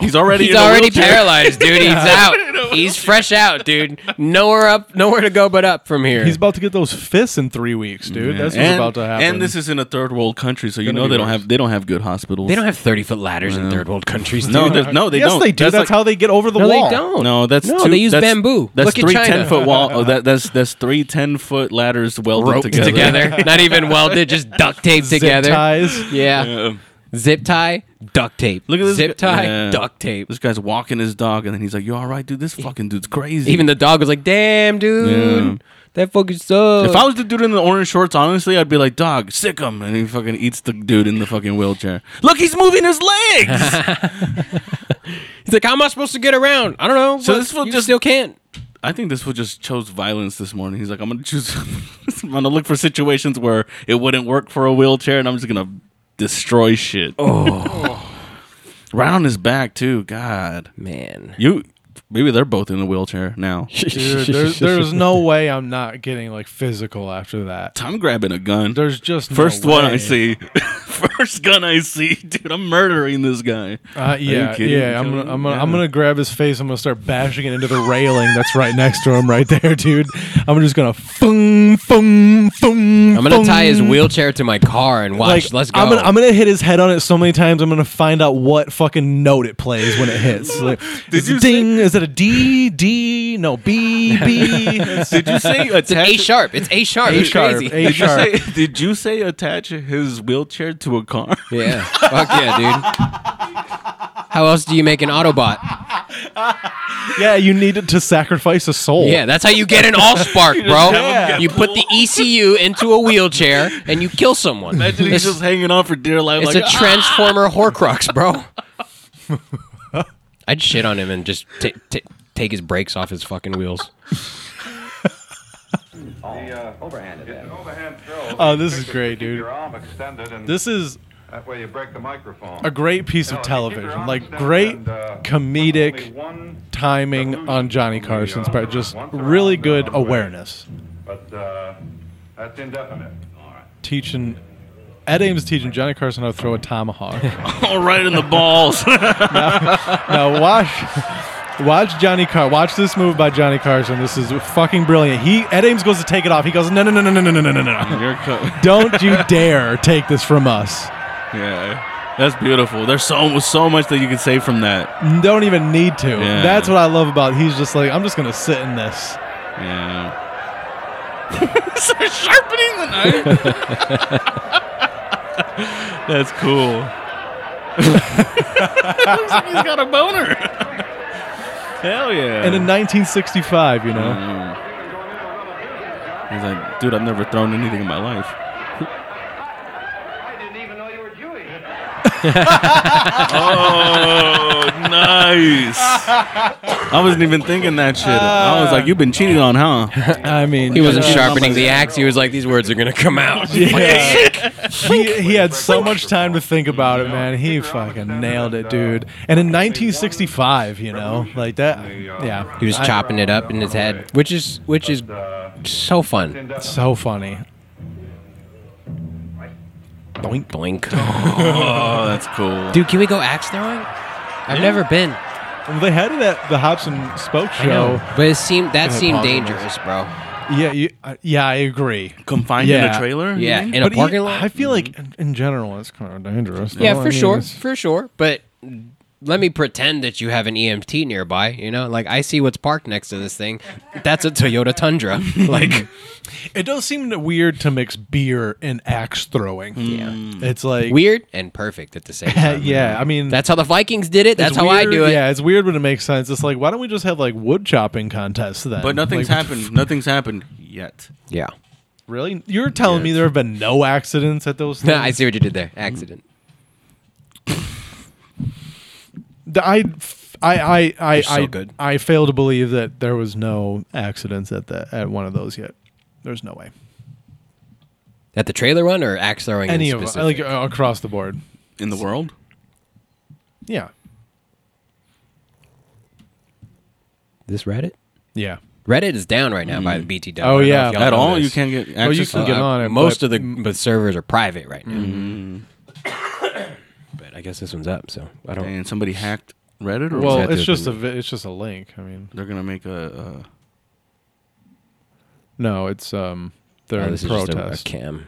Speaker 4: He's already
Speaker 1: He's
Speaker 4: in a
Speaker 1: already
Speaker 4: wheelchair.
Speaker 1: paralyzed, dude. He's out. He's fresh out, dude. Nowhere up, nowhere to go but up from here.
Speaker 3: He's about to get those fists in three weeks, dude. That's what's
Speaker 4: and,
Speaker 3: about to happen.
Speaker 4: And this is in a third world country, so you
Speaker 3: Gonna
Speaker 4: know
Speaker 3: be
Speaker 4: they don't
Speaker 3: worse.
Speaker 4: have they don't have good hospitals.
Speaker 1: they don't have thirty foot ladders in third world countries. Dude.
Speaker 4: No, there's- no, they
Speaker 3: yes,
Speaker 4: don't.
Speaker 3: they do. That's,
Speaker 4: like-
Speaker 3: how they get over the
Speaker 1: No, they
Speaker 3: wall.
Speaker 1: don't.
Speaker 4: No, that's
Speaker 1: No,
Speaker 4: two-
Speaker 1: they use
Speaker 4: that's-
Speaker 1: bamboo.
Speaker 4: That's
Speaker 1: Look at
Speaker 4: three
Speaker 1: China.
Speaker 4: 10 foot wall. Oh, that, that's that's three 10 foot ladders welded
Speaker 1: roped
Speaker 4: together.
Speaker 1: together. Not even welded, just duct taped
Speaker 3: Zip
Speaker 1: together.
Speaker 3: ties.
Speaker 1: Yeah. Zip tie, duct tape.
Speaker 4: Look at this.
Speaker 1: Zip tie,
Speaker 4: Yeah.
Speaker 1: duct tape.
Speaker 4: This guy's walking his dog, and then he's like, "You all right, dude? This fucking dude's crazy."
Speaker 1: Even the dog was like, "Damn, dude, that fucking sucks."
Speaker 4: if I was the dude in the orange shorts, honestly, I'd be like, "Dog, sick him," and he fucking eats the dude in the fucking wheelchair. Look, he's moving his legs.
Speaker 1: He's like, "How am I supposed to get around? I don't know."
Speaker 4: So
Speaker 1: but
Speaker 4: this fool
Speaker 1: you
Speaker 4: just-
Speaker 1: still can't.
Speaker 4: I think this fool just chose violence this morning. He's like, "I'm gonna choose. I'm gonna look for situations where it wouldn't work for a wheelchair, and I'm just gonna destroy shit." Oh. right on his back too. God.
Speaker 1: Man,
Speaker 4: You maybe they're both in the wheelchair now.
Speaker 3: Dude, there, there's no way I'm not getting like physical after that.
Speaker 4: I'm grabbing a gun.
Speaker 3: There's just no
Speaker 4: First one
Speaker 3: way.
Speaker 4: I see. First gun I see, dude. I'm murdering this guy.
Speaker 3: Uh, yeah,
Speaker 4: kidding?
Speaker 3: yeah. I'm
Speaker 4: Kill
Speaker 3: gonna,
Speaker 4: him?
Speaker 3: I'm gonna, I'm
Speaker 4: Yeah.
Speaker 3: gonna grab his face. I'm gonna start bashing it into the railing that's right next to him, right there, dude. I'm just gonna fung, fung, fung.
Speaker 1: I'm gonna tie his wheelchair to my car and watch.
Speaker 3: Like,
Speaker 1: Let's go.
Speaker 3: I'm gonna, I'm gonna hit his head on it so many times. I'm gonna find out what fucking note it plays when it hits. Like, is
Speaker 4: you
Speaker 3: it ding? is it a D? D? No, B B.
Speaker 4: Did you say
Speaker 1: it's an
Speaker 4: attach?
Speaker 1: A sharp. It's A sharp.
Speaker 3: A
Speaker 1: It's
Speaker 3: sharp.
Speaker 1: crazy.
Speaker 3: A
Speaker 4: did, you
Speaker 3: sharp.
Speaker 4: say, did you say attach his wheelchair to a car?
Speaker 1: Yeah. Fuck yeah, dude. How else do you make an Autobot?
Speaker 3: Yeah, you needed to sacrifice a soul.
Speaker 1: Yeah, that's how you get an Allspark, bro.
Speaker 4: Yeah.
Speaker 1: You put the ECU into a wheelchair and you kill someone.
Speaker 4: Imagine he's
Speaker 1: It's,
Speaker 4: just hanging on for dear life.
Speaker 1: it's
Speaker 4: like,
Speaker 3: "Ah,
Speaker 1: a Transformer Horcrux, bro. I'd shit on him and just t- t- take his brakes off his fucking wheels.
Speaker 5: Overhand throw.
Speaker 3: Oh, this is great, dude.
Speaker 5: Your arm extended and
Speaker 3: This is
Speaker 5: that way you break the microphone.
Speaker 3: a great piece of television. Like great
Speaker 5: Only
Speaker 3: comedic
Speaker 5: one,
Speaker 3: timing on Johnny Carson's part. Just really good awareness.
Speaker 5: but uh, that's indefinite.
Speaker 3: Teaching Ed Ames is teaching Johnny Carson how to throw a tomahawk.
Speaker 4: all right in the balls.
Speaker 3: now watch watch Johnny Car watch this move by Johnny Carson. This is fucking brilliant. He Ed Ames goes to take it off. He goes, No no no no no no no no no no.
Speaker 4: Your co-
Speaker 3: Don't you dare take this from us.
Speaker 4: yeah, that's beautiful. There's so so much that you can say from that.
Speaker 3: Don't even need to.
Speaker 4: Yeah.
Speaker 3: That's what I love about he's just like, I'm just gonna sit in this.
Speaker 4: Yeah. so sharpening the knife. that's cool. Looks like he's got a boner. Hell yeah.
Speaker 3: And in nineteen sixty five, you know.
Speaker 4: He's like, dude, I've never thrown anything in my life.
Speaker 5: I didn't even know you were Jewish.
Speaker 4: Oh, nice. I wasn't even thinking that shit. I was like, you've been cheated on, huh?
Speaker 3: I mean
Speaker 1: He wasn't
Speaker 3: yeah.
Speaker 1: sharpening the axe. He was like, these words are going to come out.
Speaker 3: Yeah. he, he had so much time to think about it, man. He fucking nailed it, dude. And in 1965, you know, like that. Yeah.
Speaker 1: He was
Speaker 3: I-
Speaker 1: chopping it up in his head, which is which is so fun.
Speaker 3: So funny.
Speaker 1: Boink boink.
Speaker 4: Oh, that's cool.
Speaker 1: Dude, can we go axe throwing? I've never been.
Speaker 3: Well, they had it at the Hobson Spoke
Speaker 1: I know,
Speaker 3: Show.
Speaker 1: but it seemed that
Speaker 3: Yeah,
Speaker 1: seemed
Speaker 3: pause on this.
Speaker 1: dangerous, bro.
Speaker 3: Yeah, you, uh, yeah, I agree.
Speaker 4: Confined in
Speaker 3: Yeah.
Speaker 4: a trailer? you
Speaker 1: Yeah,
Speaker 4: mean?
Speaker 1: in a
Speaker 3: But
Speaker 1: parking
Speaker 3: e-
Speaker 1: lot.
Speaker 3: I feel like in, in general, it's kind of dangerous.
Speaker 1: yeah,
Speaker 3: though. I
Speaker 1: for
Speaker 3: mean,
Speaker 1: sure,
Speaker 3: it's-
Speaker 1: for sure. But let me pretend that you have an EMT nearby. You know, like I see what's parked next to this thing. That's a Toyota Tundra. like,
Speaker 3: It does seem weird to mix beer and axe throwing. Yeah, it's like
Speaker 1: Mm. weird and perfect at the same time.
Speaker 3: yeah, I mean
Speaker 1: That's how the Vikings did it. That's
Speaker 3: it's
Speaker 1: how I
Speaker 3: weird-
Speaker 1: do it.
Speaker 3: Yeah, it's weird when it makes sense. It's like why don't we just have like wood chopping contests then?
Speaker 4: But nothing's
Speaker 3: Like,
Speaker 4: happened. Nothing's happened yet.
Speaker 1: Yeah.
Speaker 3: Really, you're telling me there have been no accidents at those? Things?
Speaker 1: I see what you did there. Accident.
Speaker 3: The- I, I, I, I,
Speaker 1: so
Speaker 3: I,
Speaker 1: good.
Speaker 3: I fail to believe that there was no accidents at the at one of those yet. There's no way.
Speaker 1: At the trailer one or axe throwing?
Speaker 3: Any
Speaker 1: in
Speaker 3: of
Speaker 1: specific?
Speaker 3: like uh, across the board.
Speaker 4: In the world?
Speaker 3: Yeah.
Speaker 1: this Reddit.
Speaker 3: Yeah.
Speaker 1: Reddit is down right now by the BT.
Speaker 3: Oh, yeah.
Speaker 4: At all? You can't get access
Speaker 3: you
Speaker 4: to
Speaker 3: can get
Speaker 4: that?
Speaker 3: on it,
Speaker 1: Uh, Most
Speaker 3: but-
Speaker 1: of the but servers are private right now.
Speaker 4: Mm-hmm.
Speaker 1: but I guess this one's up, so I don't.
Speaker 4: And somebody hacked Reddit or
Speaker 3: Well,
Speaker 1: that
Speaker 3: it's
Speaker 1: the-
Speaker 3: just a vi- it's just a link. I mean,
Speaker 4: they're going to make a. Uh,
Speaker 3: no, it's um they're
Speaker 1: Oh,
Speaker 3: in
Speaker 1: this is just a- a,
Speaker 3: protest.
Speaker 1: cam.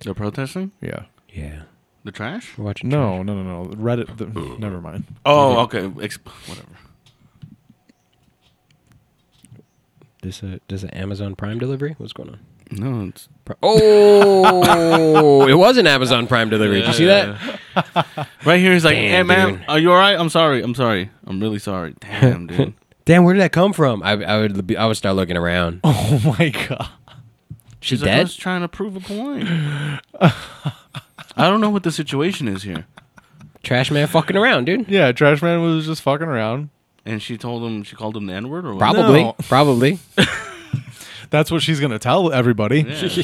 Speaker 4: they're protesting?
Speaker 3: yeah.
Speaker 1: Yeah.
Speaker 4: The trash?
Speaker 1: We're watching.
Speaker 3: No, no, no, no. Reddit. The, never mind.
Speaker 4: Oh, okay. Exp- whatever.
Speaker 1: This a this an Amazon Prime delivery? What's going on?
Speaker 4: No, it's.
Speaker 1: Pri- Oh, it was an Amazon Prime delivery. Did you see that?
Speaker 4: Right here, he's like,
Speaker 1: Damn,
Speaker 4: hey, man,
Speaker 1: dude.
Speaker 4: are you all right? I'm sorry. I'm sorry. I'm really sorry. Damn, dude.
Speaker 1: Damn, where did that come from? I, I would be- I would start looking around.
Speaker 3: Oh my god.
Speaker 1: She's
Speaker 4: He's like, I
Speaker 1: dead.
Speaker 4: was trying to prove a point. I don't know what the situation is here.
Speaker 1: Trash man fucking around, dude.
Speaker 3: Yeah, Trash Man was just fucking around.
Speaker 4: And she told him, she called him the N word or what?
Speaker 1: Probably,
Speaker 3: No.
Speaker 1: probably.
Speaker 3: That's what she's gonna tell everybody.
Speaker 4: Yeah.
Speaker 3: that's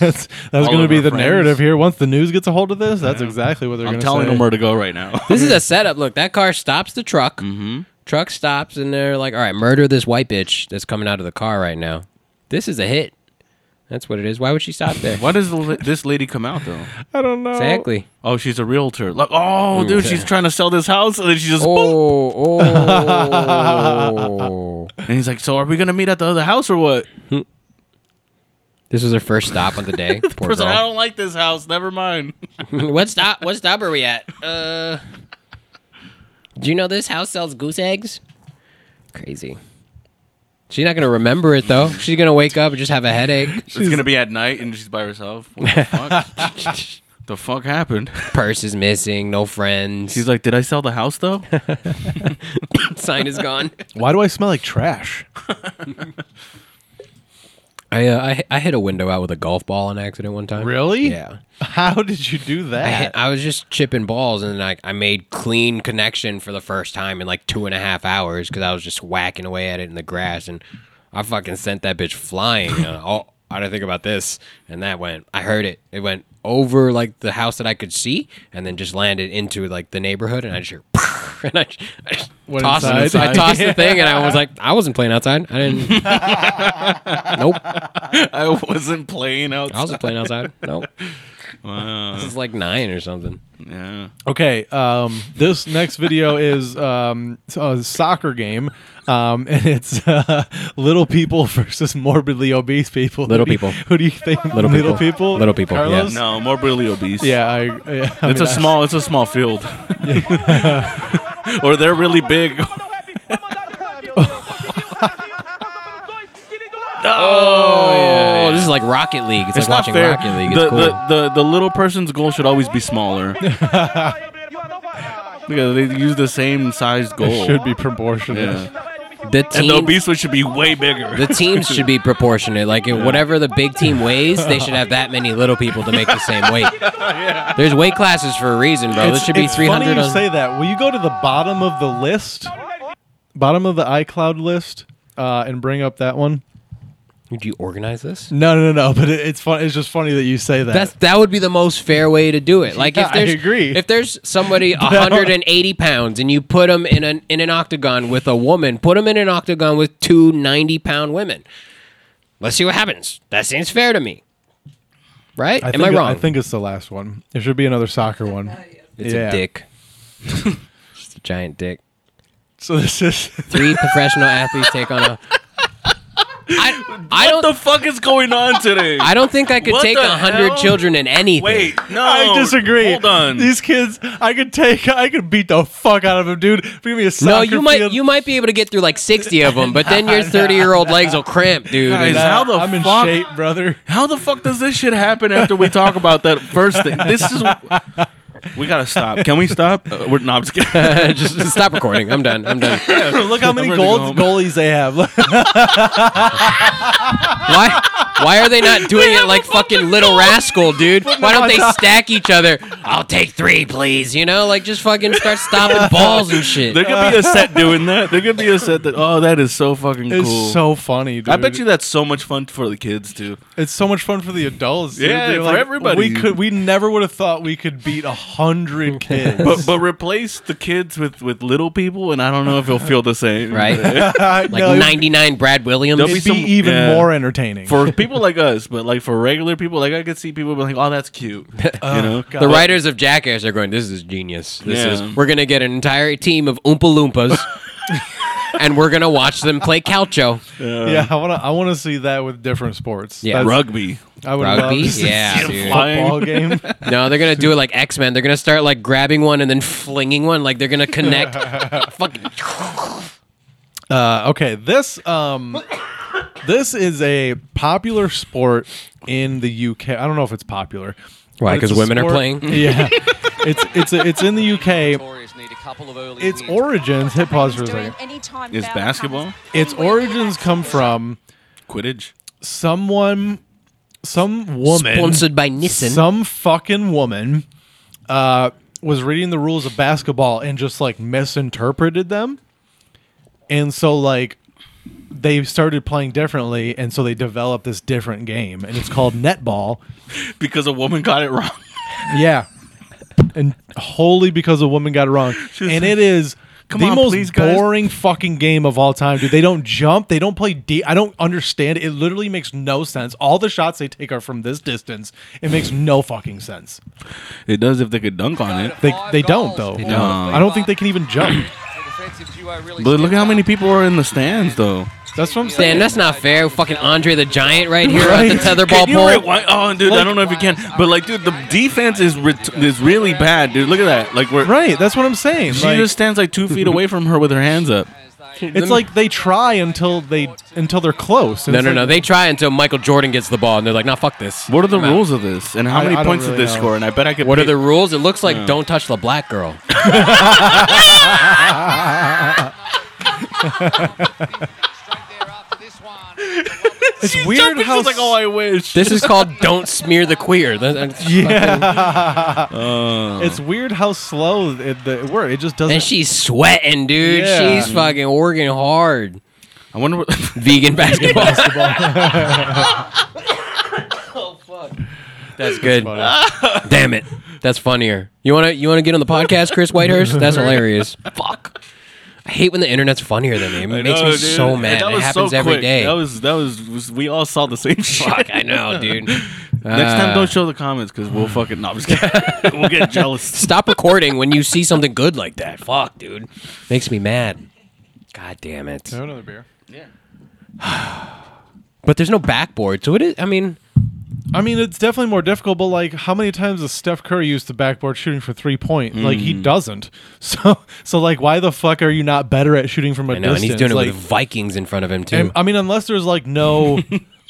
Speaker 3: that's
Speaker 4: All
Speaker 3: gonna
Speaker 4: of
Speaker 3: be
Speaker 4: her
Speaker 3: the
Speaker 4: friends.
Speaker 3: narrative here. Once the news gets a hold of this, that's exactly what they're
Speaker 4: I'm
Speaker 3: gonna
Speaker 4: telling
Speaker 3: say.
Speaker 4: him where to go right now.
Speaker 1: This is a setup. Look, that car stops the truck. Mm-hmm. Truck stops, and they're like, "All right, murder this white bitch that's coming out of the car right now." This is a hit. That's what it is. Why would she stop there?
Speaker 4: Why does the, la- this lady come out though?
Speaker 3: I don't know.
Speaker 1: Exactly.
Speaker 4: Oh, she's a realtor. Like, oh, dude, she's trying to sell this house, and then she just. boom.
Speaker 1: Oh, oh.
Speaker 4: And he's like, so are we gonna meet at the other house or what?
Speaker 1: this was her first stop of the day. Poor
Speaker 4: Person, I
Speaker 1: girl.
Speaker 4: don't like this house. Never mind.
Speaker 1: what stop? What stop are we at? Uh, do you know this house sells goose eggs? Crazy. She's not gonna remember it though. She's gonna wake up and just have a headache.
Speaker 4: it's gonna be at night, and she's by herself. What the fuck? the fuck happened?
Speaker 1: Purse is missing. No friends.
Speaker 4: She's like, did I sell the house though?
Speaker 1: sign is gone.
Speaker 3: Why do I smell like trash?
Speaker 1: I, uh, I I hit a window out with a golf ball on accident one time.
Speaker 3: Really?
Speaker 1: Yeah.
Speaker 3: How did you do that?
Speaker 1: I, hit, I was just chipping balls and I, I made clean connection for the first time in like two and a half hours because I was just whacking away at it in the grass and I fucking sent that bitch flying. uh, oh, I didn't think about this. And that went, I heard it. It went over like the house that I could see and then just landed into like the neighborhood and I just hear, and I, I just
Speaker 3: Went
Speaker 1: tossed it
Speaker 3: inside?
Speaker 1: I tossed the thing and I was like, I wasn't playing outside. I didn't, nope.
Speaker 4: I wasn't playing outside.
Speaker 1: I was just playing outside. Nope. This is like nine or something.
Speaker 4: yeah.
Speaker 3: Okay, um, this next video is um, a soccer game, um, and it's uh, little people versus morbidly obese people.
Speaker 1: Little
Speaker 3: Who do you-
Speaker 1: people.
Speaker 3: who do you think?
Speaker 1: Little people. Little people, yeah.
Speaker 3: Carlos?
Speaker 4: No, morbidly obese.
Speaker 3: Yeah, I, yeah, I
Speaker 4: It's a
Speaker 3: mean, I-
Speaker 4: small. It's a small field. or they're really big.
Speaker 1: Oh, this is like Rocket League. It's, like
Speaker 4: It's not
Speaker 1: watching
Speaker 4: fair.
Speaker 1: Rocket League. It's
Speaker 4: the,
Speaker 1: cool.
Speaker 4: the, the, the little person's goal should always be smaller. Because they use the same sized goal.
Speaker 3: It should be proportionate.
Speaker 4: Yeah.
Speaker 1: the
Speaker 4: And the
Speaker 1: team,
Speaker 4: obese one should be way bigger.
Speaker 1: the teams should be proportionate. Like if whatever the big team weighs, they should have that many little people to make the same weight. There's weight classes for a reason, bro.
Speaker 3: It's-
Speaker 1: There Oh, should be
Speaker 3: it's funny
Speaker 1: 300.
Speaker 3: you
Speaker 1: on-
Speaker 3: say that. Will you go to the bottom of the list, bottom of the iCloud list, uh, and bring up that one?
Speaker 1: Would you organize this?
Speaker 3: No, no, no. no, But it, it's fun. It's just funny that you say that.
Speaker 1: That's that would be the most fair way to do it. Like
Speaker 3: Yeah,
Speaker 1: if
Speaker 3: I
Speaker 1: there's
Speaker 3: agree.
Speaker 1: if there's somebody 180 pounds and you put them in an in an octagon with a woman, put them in an octagon with two 90 pound women. Let's see what happens. That seems fair to me. Right? Am
Speaker 3: think
Speaker 1: I
Speaker 3: it-
Speaker 1: wrong?
Speaker 3: I think it's the last one. There should be another soccer one.
Speaker 1: It's
Speaker 3: Yeah.
Speaker 1: a dick. Just a giant dick.
Speaker 3: So this is
Speaker 1: Three professional athletes take on a I, I
Speaker 4: what
Speaker 1: don't.
Speaker 4: the fuck is going on today?
Speaker 1: I don't think I could
Speaker 4: What
Speaker 1: take
Speaker 4: the
Speaker 1: a hundred
Speaker 4: hell?
Speaker 1: children in anything.
Speaker 4: Wait, no,
Speaker 3: I disagree.
Speaker 4: Hold on.
Speaker 3: These kids, I could take, I could beat the fuck out of them, dude. Give me a soccer
Speaker 1: No, you might
Speaker 3: field.
Speaker 1: you might be able to get through like sixty of them, but then your thirty year old legs will cramp, dude.
Speaker 4: Guys,
Speaker 1: And- uh,
Speaker 4: how the
Speaker 3: I'm in
Speaker 4: fuck?
Speaker 3: shape, brother.
Speaker 4: How the fuck does this shit happen after we talk about that first thing? This is. We gotta stop. Can we stop? Uh, we're no, I'm just kidding.
Speaker 1: just, just stop recording. I'm done. I'm done.
Speaker 3: Look how many
Speaker 4: ready to go
Speaker 3: goals
Speaker 4: home.
Speaker 3: goalies they have.
Speaker 1: Why? Why are they not doing it like fucking Little Rascal, dude? Why don't they stack each other? I'll take three, please. You know, like just fucking start stopping balls and shit.
Speaker 4: There could be a set doing that. There could be a set that. Oh, that is so fucking
Speaker 3: it's
Speaker 4: cool.
Speaker 3: so funny, dude.
Speaker 4: I bet you that's so much fun for the kids too.
Speaker 3: it's so much fun for the adults. dude.
Speaker 4: Yeah,
Speaker 3: They're
Speaker 4: for
Speaker 3: like,
Speaker 4: everybody.
Speaker 3: We could, we never would have thought we could beat a hundred kids.
Speaker 4: But but replace the kids with with little people, and I don't know if it'll feel the same.
Speaker 1: Right?
Speaker 3: like
Speaker 1: Like 99 Brad Williams.
Speaker 4: There'll
Speaker 3: it'd be
Speaker 4: some-
Speaker 3: even
Speaker 4: yeah.
Speaker 3: more entertaining.
Speaker 4: For people like us, but like for regular people, like I could see people be like, "Oh, that's cute," you know.
Speaker 1: The writers of Jackass are going, this is genius. This
Speaker 4: Yeah.
Speaker 1: is we're gonna get an entire team of Oompa Loompas and we're gonna watch them play calcio.
Speaker 3: yeah, I want to, I want to see that with different sports.
Speaker 1: Yeah.
Speaker 3: That's-
Speaker 4: Rugby.
Speaker 3: I would
Speaker 1: Rugby?
Speaker 3: love to
Speaker 1: Yeah,
Speaker 3: see
Speaker 1: dude.
Speaker 3: a football game.
Speaker 1: No, they're gonna do it like X Men. They're gonna start like grabbing one and then flinging one. Like they're gonna connect. Fucking
Speaker 3: Uh, okay, this um, this is a popular sport in the UK. I don't know if it's popular.
Speaker 1: Why,
Speaker 3: but it's
Speaker 1: 'cause
Speaker 3: a
Speaker 1: women are
Speaker 3: sport-
Speaker 1: playing?
Speaker 3: Yeah, it's it's a, it's in the UK. Its
Speaker 7: It's
Speaker 3: origins. Hit pause for a second.
Speaker 4: Is basketball?
Speaker 3: Its origins come from
Speaker 4: Quidditch.
Speaker 3: someone, some woman,
Speaker 1: sponsored by Nissan.
Speaker 3: some fucking woman, uh, was reading the rules of basketball and just like misinterpreted them, and so like they started playing differently, and so they developed this different game, and it's called netball.
Speaker 4: Because a woman got it wrong.
Speaker 3: Yeah, and wholly because a woman got it wrong,
Speaker 4: She's
Speaker 3: and
Speaker 4: like,
Speaker 3: it is.
Speaker 4: "Come
Speaker 3: the
Speaker 4: on,
Speaker 3: most
Speaker 4: please, guys."
Speaker 3: boring fucking game of all time, dude. They don't jump. They don't play deep. I don't understand. It literally makes no sense. All the shots they take are from this distance. It makes no fucking sense.
Speaker 4: It does if they could dunk on it.
Speaker 3: They, they don't though.
Speaker 7: They
Speaker 4: don't.
Speaker 3: I don't think they can even jump.
Speaker 4: But look at how many people are in the stands, though.
Speaker 3: That's what I'm saying.
Speaker 1: Damn, that's not fair. Fucking Andre the Giant right here at
Speaker 3: Right.
Speaker 1: the tetherball
Speaker 4: Can you
Speaker 1: pole.
Speaker 4: rewind- Oh, dude, I don't know if you can, but like, dude, the defense is ret- is really bad, dude. Look at that. Like, we're
Speaker 3: Right. That's what I'm saying.
Speaker 4: She
Speaker 3: Like,
Speaker 4: just stands like two feet away from her with her hands up.
Speaker 3: it's like they try until they until they're close. and
Speaker 1: no,
Speaker 3: it's
Speaker 1: no, no.
Speaker 3: like-
Speaker 1: They try until Michael Jordan gets the ball, and they're like, "Nah, fuck this."
Speaker 4: What are the rules of this? And how
Speaker 3: I-
Speaker 4: many
Speaker 3: I don't
Speaker 4: points
Speaker 3: really
Speaker 4: did they
Speaker 3: know.
Speaker 4: score? And I bet I could.
Speaker 1: What are
Speaker 4: pick-
Speaker 1: the rules? It looks like don't touch the black girl.
Speaker 3: It's
Speaker 4: She's
Speaker 3: weird
Speaker 4: jumping,
Speaker 3: how
Speaker 4: she's like, oh, I wish.
Speaker 1: This is called don't smear the queer. That- that's fucking-
Speaker 3: it's weird how slow it, the it works. It just doesn't.
Speaker 1: And she's sweating, dude.
Speaker 3: Yeah.
Speaker 1: She's fucking working hard.
Speaker 4: I wonder what.
Speaker 1: Vegan basketball. That's good. Damn it. That's funnier. You wanna you wanna get on the podcast, Chris Whitehurst? That's hilarious. Fuck. I hate when the internet's funnier than me. It makes me
Speaker 4: Oh, dude.
Speaker 1: so
Speaker 4: And
Speaker 1: mad.
Speaker 4: that
Speaker 1: It
Speaker 4: was so
Speaker 1: happens every
Speaker 4: quick.
Speaker 1: day.
Speaker 4: That was that was, was we all saw the same shit.
Speaker 1: Fuck, I know, dude.
Speaker 4: Next
Speaker 1: Uh,
Speaker 4: time, don't show the comments because we'll fucking. No, I'm just kidding. we'll get jealous.
Speaker 1: Stop recording when you see something good like that. Fuck, dude. Makes me mad. God damn it.
Speaker 3: another beer.
Speaker 1: But there's no backboard, so it is I mean
Speaker 3: I mean, it's definitely more difficult. But like, how many times does Steph Curry use the backboard shooting for three point? Like he
Speaker 1: Mm.
Speaker 3: doesn't. So so like, why the fuck are you not better at shooting from a
Speaker 1: I know,
Speaker 3: distance?
Speaker 1: and he's doing
Speaker 3: like,
Speaker 1: it with Vikings in front of him too.
Speaker 3: And, I mean, unless there's like no,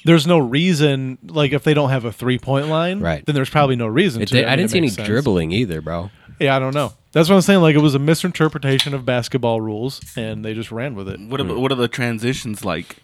Speaker 3: there's no reason. Like if they don't have a three point line,
Speaker 1: Right.
Speaker 3: Then there's probably no reason.
Speaker 1: It
Speaker 3: to.
Speaker 1: did, I
Speaker 3: mean,
Speaker 1: didn't
Speaker 3: it
Speaker 1: see any
Speaker 3: makes sense.
Speaker 1: dribbling either, bro.
Speaker 3: Yeah, I don't know. That's what I'm saying. Like it was a misinterpretation of basketball rules, and they just ran with it.
Speaker 4: What about, what are the transitions like?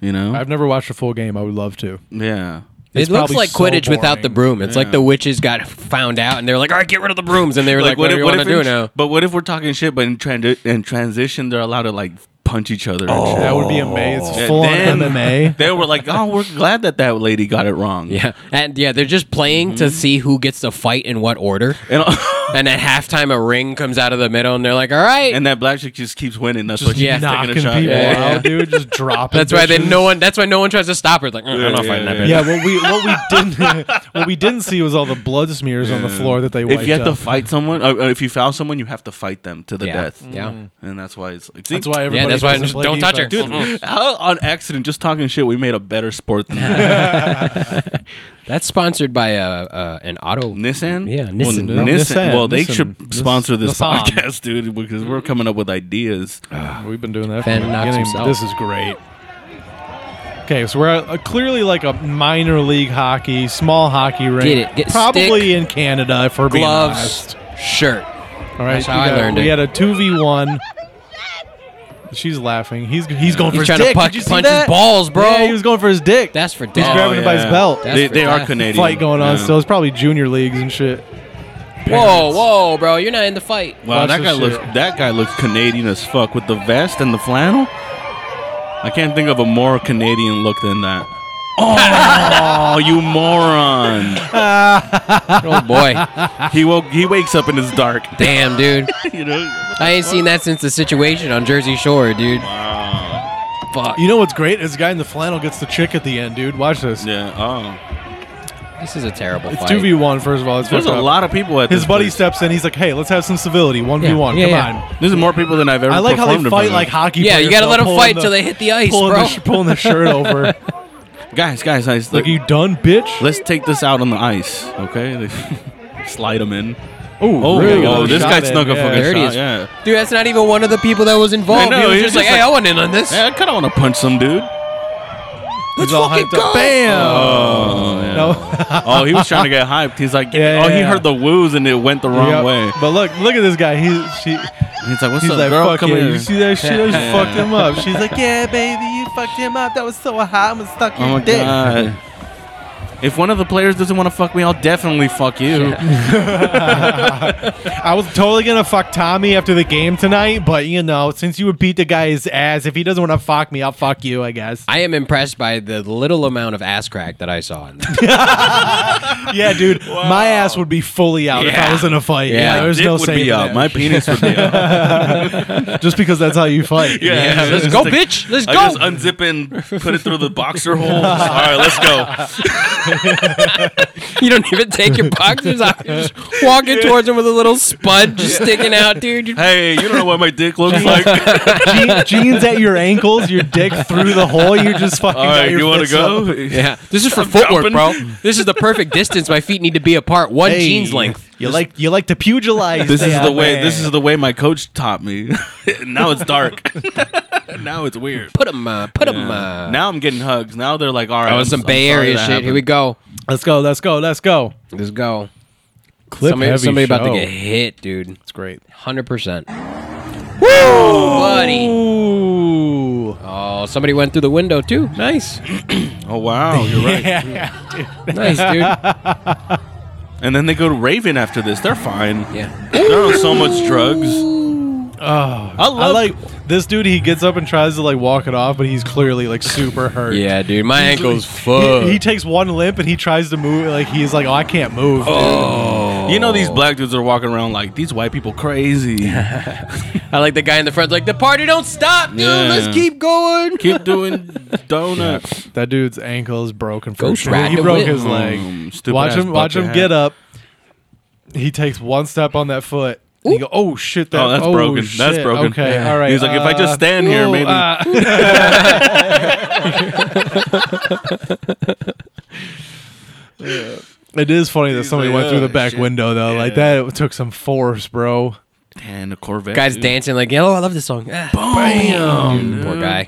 Speaker 4: You know.
Speaker 3: I've never watched a full game. I would love to.
Speaker 4: yeah.
Speaker 3: It's
Speaker 1: it looks
Speaker 3: probably
Speaker 1: like
Speaker 3: so
Speaker 1: Quidditch without the
Speaker 3: boring.
Speaker 1: broom. It's like the witches got found out and they were like, "All right, get rid of the brooms," and they were like, "What, do you want to
Speaker 4: if
Speaker 1: do
Speaker 4: in-
Speaker 1: now?"
Speaker 4: But what if we're talking shit, but in, tran- in transition, they're allowed to like punch each other. and
Speaker 1: Oh.
Speaker 4: shit?
Speaker 3: That would be amazing. It's full
Speaker 4: Then-
Speaker 3: on MMA.
Speaker 4: They were like, oh, we're glad that that lady got it wrong.
Speaker 1: Yeah, and yeah, they're just playing to see who gets to fight in what order.
Speaker 4: And
Speaker 1: and at halftime, a ring comes out of the middle, and they're like, "All right."
Speaker 4: And that black chick just keeps winning. That's why
Speaker 3: Just
Speaker 4: she's
Speaker 1: yeah.
Speaker 4: taking a
Speaker 3: knocking
Speaker 4: shot.
Speaker 3: people
Speaker 4: Yeah.
Speaker 1: yeah.
Speaker 3: out, dude. Just dropping.
Speaker 1: that's why then
Speaker 3: bitches.
Speaker 1: no one. That's why no one tries to stop her. It's Like, "Mm, I'm not
Speaker 4: Yeah,
Speaker 1: fighting
Speaker 4: yeah,
Speaker 1: that bitch.
Speaker 3: Yeah, what we what we didn't what we didn't see was all the blood smears on the floor that they wiped
Speaker 4: If you have to
Speaker 3: up.
Speaker 4: fight someone, uh, uh, if you foul someone, you have to fight them to the
Speaker 1: Yeah.
Speaker 4: death.
Speaker 1: Yeah.
Speaker 4: And that's why it's like, see,
Speaker 3: that's why everybody
Speaker 1: Yeah, that's why
Speaker 3: doesn't
Speaker 1: just
Speaker 3: play
Speaker 1: don't touch her.
Speaker 3: defense.
Speaker 1: Mm-mm.
Speaker 4: How on accident, just talking shit, we made a better sport than that.
Speaker 1: That's sponsored by uh, uh, an auto.
Speaker 4: Nissan?
Speaker 1: Yeah,
Speaker 4: Well,
Speaker 1: Nissan.
Speaker 4: Nissan.
Speaker 3: Nissan,
Speaker 4: Well, they
Speaker 3: Nissan,
Speaker 4: should
Speaker 3: Nis-
Speaker 4: sponsor this
Speaker 3: Nissan.
Speaker 4: podcast, dude, because we're coming up with ideas.
Speaker 3: We've been doing that.
Speaker 1: Fan
Speaker 3: from the
Speaker 1: knocks
Speaker 3: beginning.
Speaker 1: himself.
Speaker 3: This is great. Okay, so we're at a, clearly like a minor league hockey, small hockey rink.
Speaker 1: Get it. Get
Speaker 3: probably
Speaker 1: stick,
Speaker 3: in Canada if we're being
Speaker 1: Gloves,
Speaker 3: honest.
Speaker 1: shirt.
Speaker 3: All right,
Speaker 1: That's how
Speaker 3: we
Speaker 1: I
Speaker 3: got-
Speaker 1: learned
Speaker 3: we
Speaker 1: it.
Speaker 3: had a two v one. She's laughing. He's he's going
Speaker 1: He's
Speaker 3: for
Speaker 1: trying
Speaker 3: his
Speaker 1: to
Speaker 3: dick.
Speaker 1: punch,
Speaker 3: Did you see
Speaker 1: punch his
Speaker 3: that?
Speaker 1: balls, bro.
Speaker 3: Yeah, he was going for his dick.
Speaker 1: That's for
Speaker 3: He's
Speaker 1: dad.
Speaker 3: grabbing it by his belt.
Speaker 1: That's
Speaker 4: Oh, They,
Speaker 1: for
Speaker 4: they are
Speaker 1: death.
Speaker 4: Canadian.
Speaker 3: Fight going on,
Speaker 4: Yeah.
Speaker 3: so it's probably junior leagues and shit.
Speaker 1: Whoa, whoa, bro! You're not in the fight.
Speaker 4: Wow,
Speaker 3: Watch
Speaker 4: that
Speaker 3: this
Speaker 4: guy looks
Speaker 3: shit.
Speaker 4: that guy looks Canadian as fuck with the vest and the flannel. I can't think of a more Canadian look than that. Oh, you moron!
Speaker 1: Oh boy,
Speaker 4: He woke. He wakes up and it's dark.
Speaker 1: damn, dude!
Speaker 4: You know.
Speaker 1: I ain't seen that since the situation on Jersey Shore, dude. Fuck.
Speaker 3: You know what's great is the guy in the flannel gets the chick at the end, dude. Watch this.
Speaker 4: Yeah. Oh,
Speaker 1: This is a terrible
Speaker 3: It's
Speaker 1: fight.
Speaker 3: two v one. First of all, it's
Speaker 4: there's a
Speaker 3: fucked up.
Speaker 4: lot of people at
Speaker 3: His
Speaker 4: this
Speaker 3: buddy
Speaker 4: place.
Speaker 3: steps in. He's like, "Hey, let's have some civility. One v one. Come
Speaker 1: Yeah, yeah.
Speaker 3: on."
Speaker 4: This is more people than I've ever.
Speaker 3: I like how
Speaker 4: performed
Speaker 3: they
Speaker 4: in
Speaker 3: fight
Speaker 4: front of.
Speaker 3: like hockey.
Speaker 1: Yeah, you
Speaker 3: players,
Speaker 1: gotta
Speaker 3: though,
Speaker 1: let 'em
Speaker 3: pulling
Speaker 1: fight till they hit the ice,
Speaker 3: pulling
Speaker 1: bro.
Speaker 3: The, sh- pulling the shirt over.
Speaker 4: Guys, guys, guys. let-
Speaker 3: like you done, bitch.
Speaker 4: Let's take this out on the ice, okay? Slide them in.
Speaker 3: oh,
Speaker 4: Oh,
Speaker 3: really?
Speaker 4: oh, this
Speaker 3: Shot
Speaker 4: guy
Speaker 3: in,
Speaker 4: snuck a
Speaker 3: yeah.
Speaker 4: fucking
Speaker 1: Dirty
Speaker 4: shot.
Speaker 1: as-
Speaker 4: Yeah.
Speaker 1: Dude, that's not even one of the people that was
Speaker 4: I
Speaker 1: involved.
Speaker 4: know,
Speaker 1: he was
Speaker 4: he
Speaker 1: just
Speaker 4: was
Speaker 1: like,
Speaker 4: just
Speaker 1: "Hey, I went in on this.
Speaker 4: Yeah, I kind of want to punch some dude.
Speaker 1: Let's
Speaker 3: all
Speaker 1: fucking
Speaker 3: hyped
Speaker 1: go!"
Speaker 3: up. Bam.
Speaker 4: Oh, yeah.
Speaker 3: no.
Speaker 4: oh, he was trying to get hyped. He's like,
Speaker 3: Yeah,
Speaker 4: oh,
Speaker 3: yeah,
Speaker 4: he
Speaker 3: yeah.
Speaker 4: heard the woos and it went the wrong
Speaker 3: Yep.
Speaker 4: way.
Speaker 3: But look, look at this guy. He, she,
Speaker 4: He's like, what's
Speaker 3: he's
Speaker 4: up,
Speaker 3: like,
Speaker 4: girl?
Speaker 3: fuck
Speaker 4: Come
Speaker 3: you.
Speaker 4: here.
Speaker 3: You see that shit? I just
Speaker 4: Yeah.
Speaker 3: fucked him up. She's like,
Speaker 7: Yeah, baby, you fucked him up. That was so hot. I'm gonna stuck
Speaker 4: oh
Speaker 7: your
Speaker 4: my
Speaker 7: dick.
Speaker 4: god. If one of the players doesn't want to fuck me, I'll definitely fuck you.
Speaker 3: I was totally gonna fuck Tommy after the game tonight, but you know, since you would beat the guy's ass, if he doesn't want to fuck me, I'll fuck you. I guess.
Speaker 1: I am impressed by the little amount of ass crack that I saw. In that.
Speaker 3: Yeah, dude, my ass would be fully out if I was in a fight.
Speaker 1: Yeah.
Speaker 3: Yeah, there's
Speaker 4: Dick
Speaker 3: no
Speaker 4: would
Speaker 3: saving
Speaker 4: be up.
Speaker 3: it.
Speaker 4: My penis would be up.
Speaker 3: Just because that's how you fight.
Speaker 1: Yeah, let's go, bitch. Let's
Speaker 4: I
Speaker 1: go.
Speaker 4: just unzip and put it through the boxer hole. All right, let's go.
Speaker 1: you don't even take your boxers off. You're just walking towards him with a little spud just sticking out, dude. You're-
Speaker 4: Hey, you don't know what my dick looks like.
Speaker 3: Je- jeans at your ankles, your dick through the hole. You just fucking.
Speaker 4: All right, you
Speaker 3: want to
Speaker 4: go?
Speaker 1: Yeah, this is for footwork,
Speaker 4: jumping.
Speaker 1: bro. This is the perfect distance. My feet need to be apart, one
Speaker 3: Hey,
Speaker 1: jeans length.
Speaker 3: You like you like to pugilize.
Speaker 4: This is
Speaker 3: that
Speaker 4: the way. This
Speaker 3: man.
Speaker 4: is the way my coach taught me. now it's dark. now it's weird.
Speaker 1: Put them, uh, put them. Uh,
Speaker 4: Now I'm getting hugs. Now they're like, all right.
Speaker 1: oh,
Speaker 4: I'm-
Speaker 1: some
Speaker 4: I'm
Speaker 1: Bay
Speaker 4: sorry
Speaker 1: Area shit.
Speaker 4: that
Speaker 1: Here
Speaker 4: happened.
Speaker 1: we go.
Speaker 3: Let's go. Let's go. Let's go.
Speaker 1: Let's go.
Speaker 3: Clip
Speaker 1: somebody
Speaker 3: heavy
Speaker 1: somebody about to
Speaker 3: show.
Speaker 1: get hit, dude.
Speaker 3: It's great.
Speaker 1: Hundred percent. Woo, buddy.
Speaker 3: Ooh.
Speaker 1: Oh, somebody went through the window too. Nice,
Speaker 4: Oh wow, you're right.
Speaker 1: nice, dude.
Speaker 4: And then they go to Raven after this. They're fine.
Speaker 1: Yeah.
Speaker 4: They're on so much drugs.
Speaker 3: Oh, I,
Speaker 4: love-
Speaker 3: like this dude. He gets up and tries to like walk it off, but he's clearly like super hurt.
Speaker 1: Yeah, dude. My ankle's fucked.
Speaker 3: He, he takes one limp and he tries to move. Like he's like, oh, I can't move.
Speaker 4: You know these black dudes are walking around like these white people crazy.
Speaker 1: I like the guy in the front. Like the party don't stop, dude.
Speaker 4: Yeah.
Speaker 1: Let's keep going.
Speaker 4: Keep doing donuts.
Speaker 3: That dude's ankle is broken. For
Speaker 1: Go
Speaker 3: sure.
Speaker 1: ride
Speaker 3: He
Speaker 1: the
Speaker 3: broke
Speaker 1: whip.
Speaker 3: his leg.
Speaker 4: Um, stupid
Speaker 3: watch
Speaker 4: ass
Speaker 3: him. Watch
Speaker 4: bucket
Speaker 3: him
Speaker 4: hat.
Speaker 3: get up. He takes one step on that foot. And you go, oh shit! That,
Speaker 4: Oh, that's broken. That's
Speaker 3: shit.
Speaker 4: broken.
Speaker 3: Okay, all right.
Speaker 4: He's like, if I just
Speaker 3: uh,
Speaker 4: stand here,
Speaker 3: ooh,
Speaker 4: maybe.
Speaker 3: uh, it is funny that somebody
Speaker 4: like,
Speaker 3: went through the
Speaker 4: "Oh,
Speaker 3: back
Speaker 4: shit."
Speaker 3: window though. Like that it took some force, bro.
Speaker 4: And a Corvette.
Speaker 1: Guys
Speaker 4: dude.
Speaker 1: dancing like, oh, I love this song. Ah. Dude, poor guy.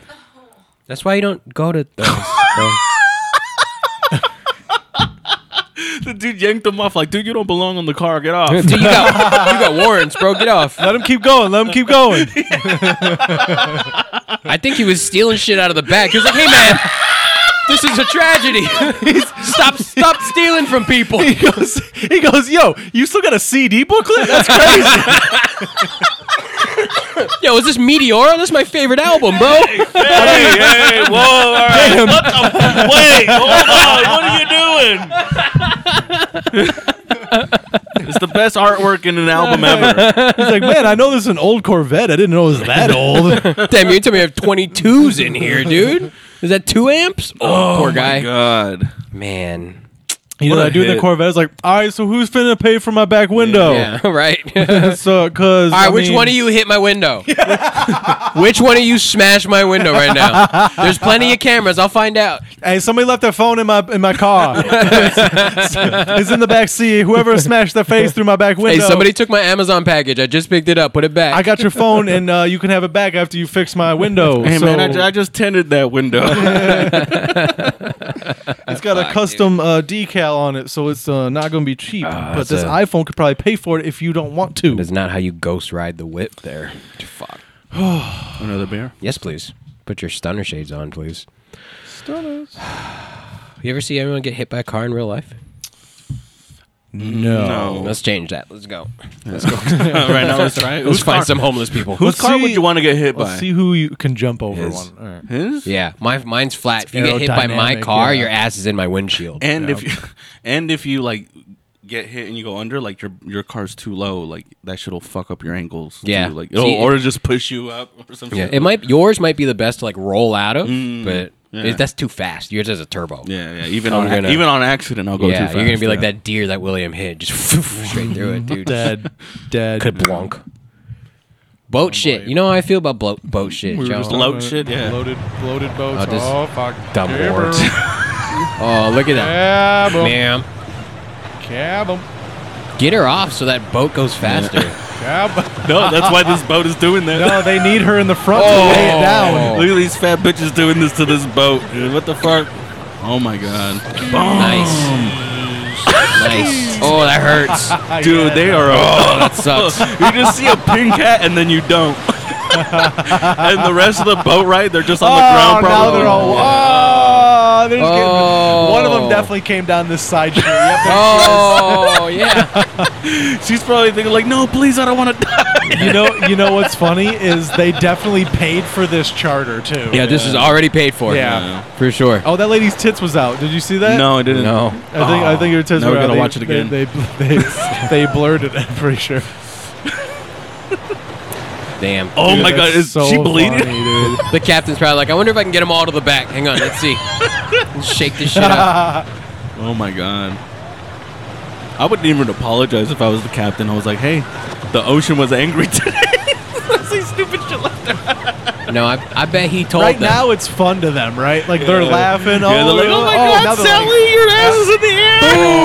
Speaker 1: That's why you don't go to those. bro.
Speaker 4: The dude yanked them off like, dude, you don't belong on the car. Get off.
Speaker 1: Dude, you got you got warrants, bro. Get off.
Speaker 3: Let him keep going. Let him keep going.
Speaker 1: I think he was stealing shit out of the back. He was like, "Hey, man, this is a tragedy. stop, stop stealing from people."
Speaker 3: He goes. He goes. Yo, you still got a CD booklet? That's crazy.
Speaker 1: Yo, is this Meteora? This is my favorite album, bro.
Speaker 4: hey, hey, whoa, all right. What the, wait, hold on. What are you doing? It's the best artwork in an album ever.
Speaker 3: He's like, man, I know this is an old Corvette. I didn't know it was that old.
Speaker 1: Damn, you tell me you have 22s in here, dude. Is that two amps? Oh, poor guy.
Speaker 4: God.
Speaker 1: Man.
Speaker 3: You know,
Speaker 4: What a
Speaker 3: I do the
Speaker 4: hit.
Speaker 3: Corvette. It's like, all right, so who's finna pay for my back window?
Speaker 1: Yeah, right. All
Speaker 3: So, cause
Speaker 1: right,
Speaker 3: I
Speaker 1: which
Speaker 3: Oh. mean,
Speaker 1: one of you hit my window? which one of you smashed my window right now? There's plenty of cameras. I'll find out.
Speaker 3: Hey, somebody left their phone in my in my car. it's in the back seat. Whoever smashed their face through my back
Speaker 1: Hey,
Speaker 3: window.
Speaker 1: somebody took my Amazon package. I just picked it up. Put it back.
Speaker 3: I got your phone, and uh, you can have it back after you fix my window.
Speaker 4: Hey
Speaker 3: so
Speaker 4: man, I, ju- I just tinted that window.
Speaker 3: it's got a custom uh, decal on it, so it's uh, not going to be cheap. but
Speaker 1: Ah, that's
Speaker 3: this
Speaker 1: a-
Speaker 3: iPhone could probably pay for it if you don't want to.
Speaker 1: That's not how you ghost ride the whip there. Fuck.
Speaker 4: Another beer.
Speaker 1: Yes, please. Put your stunner shades on, please. Stunners. You ever see anyone get hit by a car in real life?
Speaker 3: No.
Speaker 4: No.
Speaker 1: Let's change that. Let's go.
Speaker 4: right now, let's try it.
Speaker 1: Let's
Speaker 4: Whose
Speaker 1: find
Speaker 4: car,
Speaker 1: some homeless people.
Speaker 4: whose
Speaker 3: Let's
Speaker 4: car would
Speaker 3: see-
Speaker 4: you want to get hit
Speaker 3: Let's
Speaker 4: by?
Speaker 3: see who you can jump over
Speaker 1: His.
Speaker 3: one. All right.
Speaker 4: His?
Speaker 1: Yeah, my mine's flat. If you get hit by my
Speaker 3: aerodynamic,
Speaker 1: car,
Speaker 3: yeah.
Speaker 1: your ass is in my windshield.
Speaker 4: And if you, and if you like get hit and you go under, like your your car's too low, like that shit'll fuck up your ankles.
Speaker 1: Yeah.
Speaker 4: too. like it'll,
Speaker 1: See,
Speaker 4: or just push you up or something.
Speaker 1: yeah, it might yours might be the best to like roll out of, but
Speaker 4: Mm, yeah.
Speaker 1: it, that's too fast. Yours has a turbo.
Speaker 4: Yeah, yeah. Even
Speaker 1: I'm
Speaker 4: on
Speaker 1: gonna-
Speaker 4: even on accident, I'll go
Speaker 1: Yeah,
Speaker 4: too fast.
Speaker 1: you're gonna be like
Speaker 4: yeah.
Speaker 1: that deer that William hit, just straight through it, dude.
Speaker 3: Dead. Dead.
Speaker 1: Blunk.
Speaker 4: Oh,
Speaker 1: Boat shit. You know how I feel about blo- boat shit, Joe.
Speaker 4: just Bloat shit, yeah.
Speaker 3: Loaded, loaded boats.
Speaker 1: Oh, this-
Speaker 3: Oh, fuck.
Speaker 1: Dumb
Speaker 3: Cab 'em.
Speaker 1: words. oh, look at that,
Speaker 3: Cab 'em.
Speaker 1: ma'am.
Speaker 3: Cab 'em.
Speaker 1: Get her off so that boat goes faster.
Speaker 3: Cab 'em.
Speaker 4: No, that's why this boat is doing that.
Speaker 3: No, they need her in the front
Speaker 1: Oh.
Speaker 3: to lay it down.
Speaker 4: Look at these fat bitches doing this to this boat. dude. What the fuck? Oh my god,
Speaker 1: Nice. nice. Oh, that hurts.
Speaker 4: dude, they are. Oh,
Speaker 1: That sucks.
Speaker 4: you just see a pink hat and then you don't. and the rest of the boat ride, they're just on the
Speaker 3: Oh,
Speaker 4: ground.
Speaker 3: now
Speaker 4: Probably.
Speaker 3: they're all. Oh, they're just
Speaker 1: Oh.
Speaker 3: getting, one of them definitely came down this side street. Yep.
Speaker 1: Oh yeah.
Speaker 4: She's probably thinking like, no, please, I don't want to die.
Speaker 3: you know, you know what's funny is they definitely paid for this charter too.
Speaker 1: Yeah, this is already paid for.
Speaker 3: Yeah.
Speaker 1: for sure.
Speaker 3: Oh, that lady's tits was out. Did you see that?
Speaker 4: No, I didn't.
Speaker 1: No.
Speaker 3: I think I think your tits
Speaker 4: Now
Speaker 3: were
Speaker 4: we
Speaker 3: out.
Speaker 4: gotta
Speaker 3: They-
Speaker 4: watch it again.
Speaker 3: They they, they, they blurred it. I'm pretty sure.
Speaker 1: Damn.
Speaker 4: Oh
Speaker 3: Dude,
Speaker 4: my
Speaker 3: that's
Speaker 4: god, is
Speaker 3: so
Speaker 4: she bleeding?
Speaker 3: funny, dude.
Speaker 1: The captain's probably like, I wonder if I can get them all to the back. Hang on, let's see. Let's shake this shit up.
Speaker 4: Oh my god. I wouldn't even apologize if I was the captain. I was like, hey, the ocean was angry today.
Speaker 1: No, I, I bet he told
Speaker 3: right
Speaker 1: them.
Speaker 3: now it's fun to them, right? Like they're laughing.
Speaker 4: Yeah,
Speaker 3: oh,
Speaker 4: they're like, oh my
Speaker 3: now
Speaker 4: god,
Speaker 3: they're
Speaker 4: Sally,
Speaker 3: like,
Speaker 4: your ass is in the air.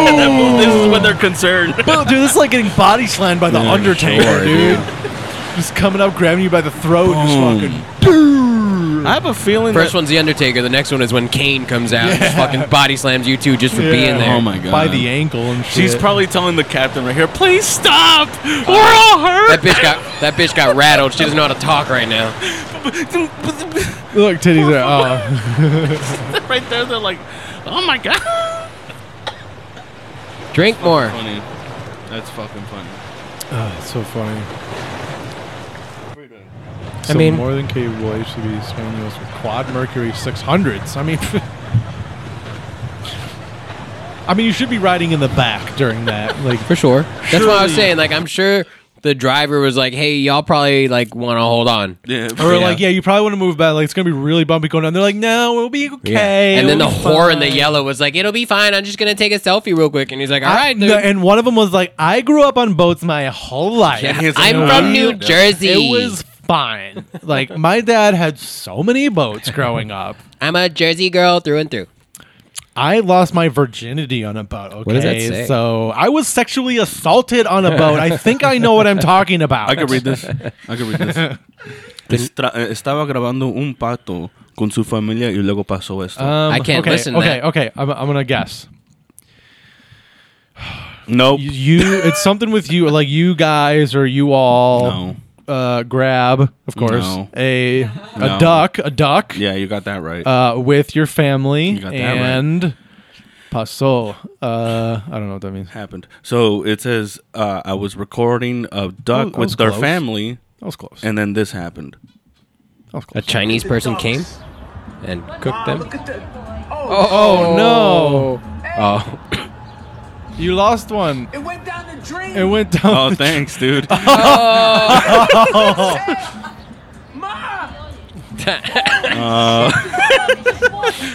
Speaker 4: And then, this is when they're concerned.
Speaker 3: "Boo, dude, this is like getting body slammed by the
Speaker 4: Yeah,
Speaker 3: Undertaker,
Speaker 4: sure,
Speaker 3: dude. Just coming up, grabbing you by the throat, and just
Speaker 4: Boom.
Speaker 3: fucking.
Speaker 4: I have a feeling
Speaker 1: First
Speaker 4: that-
Speaker 1: one's The Undertaker. The next one is when Kane comes out and just fucking body slams you two just for
Speaker 3: Yeah.
Speaker 1: being there.
Speaker 4: Oh my god.
Speaker 3: by the ankle and shit.
Speaker 4: She's probably telling the captain right here, please stop! We're
Speaker 3: Uh,
Speaker 4: all
Speaker 1: That
Speaker 4: hurt!
Speaker 1: bitch got that bitch got rattled. She doesn't know how to talk right now.
Speaker 3: look titties are. Oh.
Speaker 4: right there, they're like, oh my god.
Speaker 1: Drink more.
Speaker 4: Funny. That's fucking funny.
Speaker 3: so funny.
Speaker 1: I mean-
Speaker 3: more than capable HCV spaniels with quad Mercury 600s. I mean, I mean, you should be riding in the back during that. Like,
Speaker 1: For sure. That's what I was
Speaker 3: Surely-
Speaker 1: saying. Like, I'm sure the driver was like, hey, y'all probably, like, want to hold on.
Speaker 4: Yeah.
Speaker 3: or
Speaker 1: Yeah.
Speaker 3: like, yeah, you probably want to move back. Like, it's gonna be really bumpy going down. They're like, no, we'll be okay.
Speaker 1: And then the
Speaker 3: it'll be
Speaker 1: whore in the
Speaker 3: fine."
Speaker 1: yellow was like, it'll be fine. I'm just going to take a selfie real quick. And he's like, all
Speaker 3: I-
Speaker 1: right,
Speaker 3: no,
Speaker 1: dude."
Speaker 3: and one of them was like, I grew up on boats my whole life.
Speaker 1: Yeah,
Speaker 4: he's like,
Speaker 1: I'm
Speaker 4: "No,
Speaker 1: from
Speaker 4: I'm
Speaker 1: New
Speaker 4: not."
Speaker 1: Jersey.
Speaker 3: It was fine. Like my dad had so many boats growing up.
Speaker 1: I'm a Jersey girl through and through.
Speaker 3: I lost my virginity on a boat. Okay,
Speaker 1: does that say?
Speaker 3: so I was sexually assaulted on a boat. I think I know what I'm talking about.
Speaker 4: I could read this. I could read this. Estra- eh, estaba grabando un pato con su familia y luego pasó esto.
Speaker 3: Um,
Speaker 1: I can't
Speaker 3: okay,
Speaker 1: listen to
Speaker 3: Okay,
Speaker 1: that.
Speaker 3: okay. I'm, I'm gonna guess.
Speaker 4: nope.
Speaker 3: You, you- it's something with you, like you guys or you all.
Speaker 4: no.
Speaker 3: Uh, grab, of course,
Speaker 4: No.
Speaker 3: a a
Speaker 4: No.
Speaker 3: duck, a duck.
Speaker 4: Yeah, you got that right.
Speaker 3: uh, with your family
Speaker 4: got that right.
Speaker 3: and paso. Uh, I don't know what that means.
Speaker 4: Happened. So it says uh, I was recording a duck
Speaker 3: that was
Speaker 4: with their
Speaker 3: close.
Speaker 4: family,
Speaker 3: That was close.
Speaker 4: and then this happened.
Speaker 3: that was
Speaker 1: A
Speaker 3: close.
Speaker 1: Chinese person came and cooked them.
Speaker 3: Oh, no!
Speaker 1: Oh.
Speaker 4: Oh.
Speaker 3: You lost one.
Speaker 8: It went down the
Speaker 5: dream.
Speaker 3: It went down.
Speaker 4: Oh,
Speaker 3: the-
Speaker 4: thanks, dude.
Speaker 5: Ma!
Speaker 4: Uh,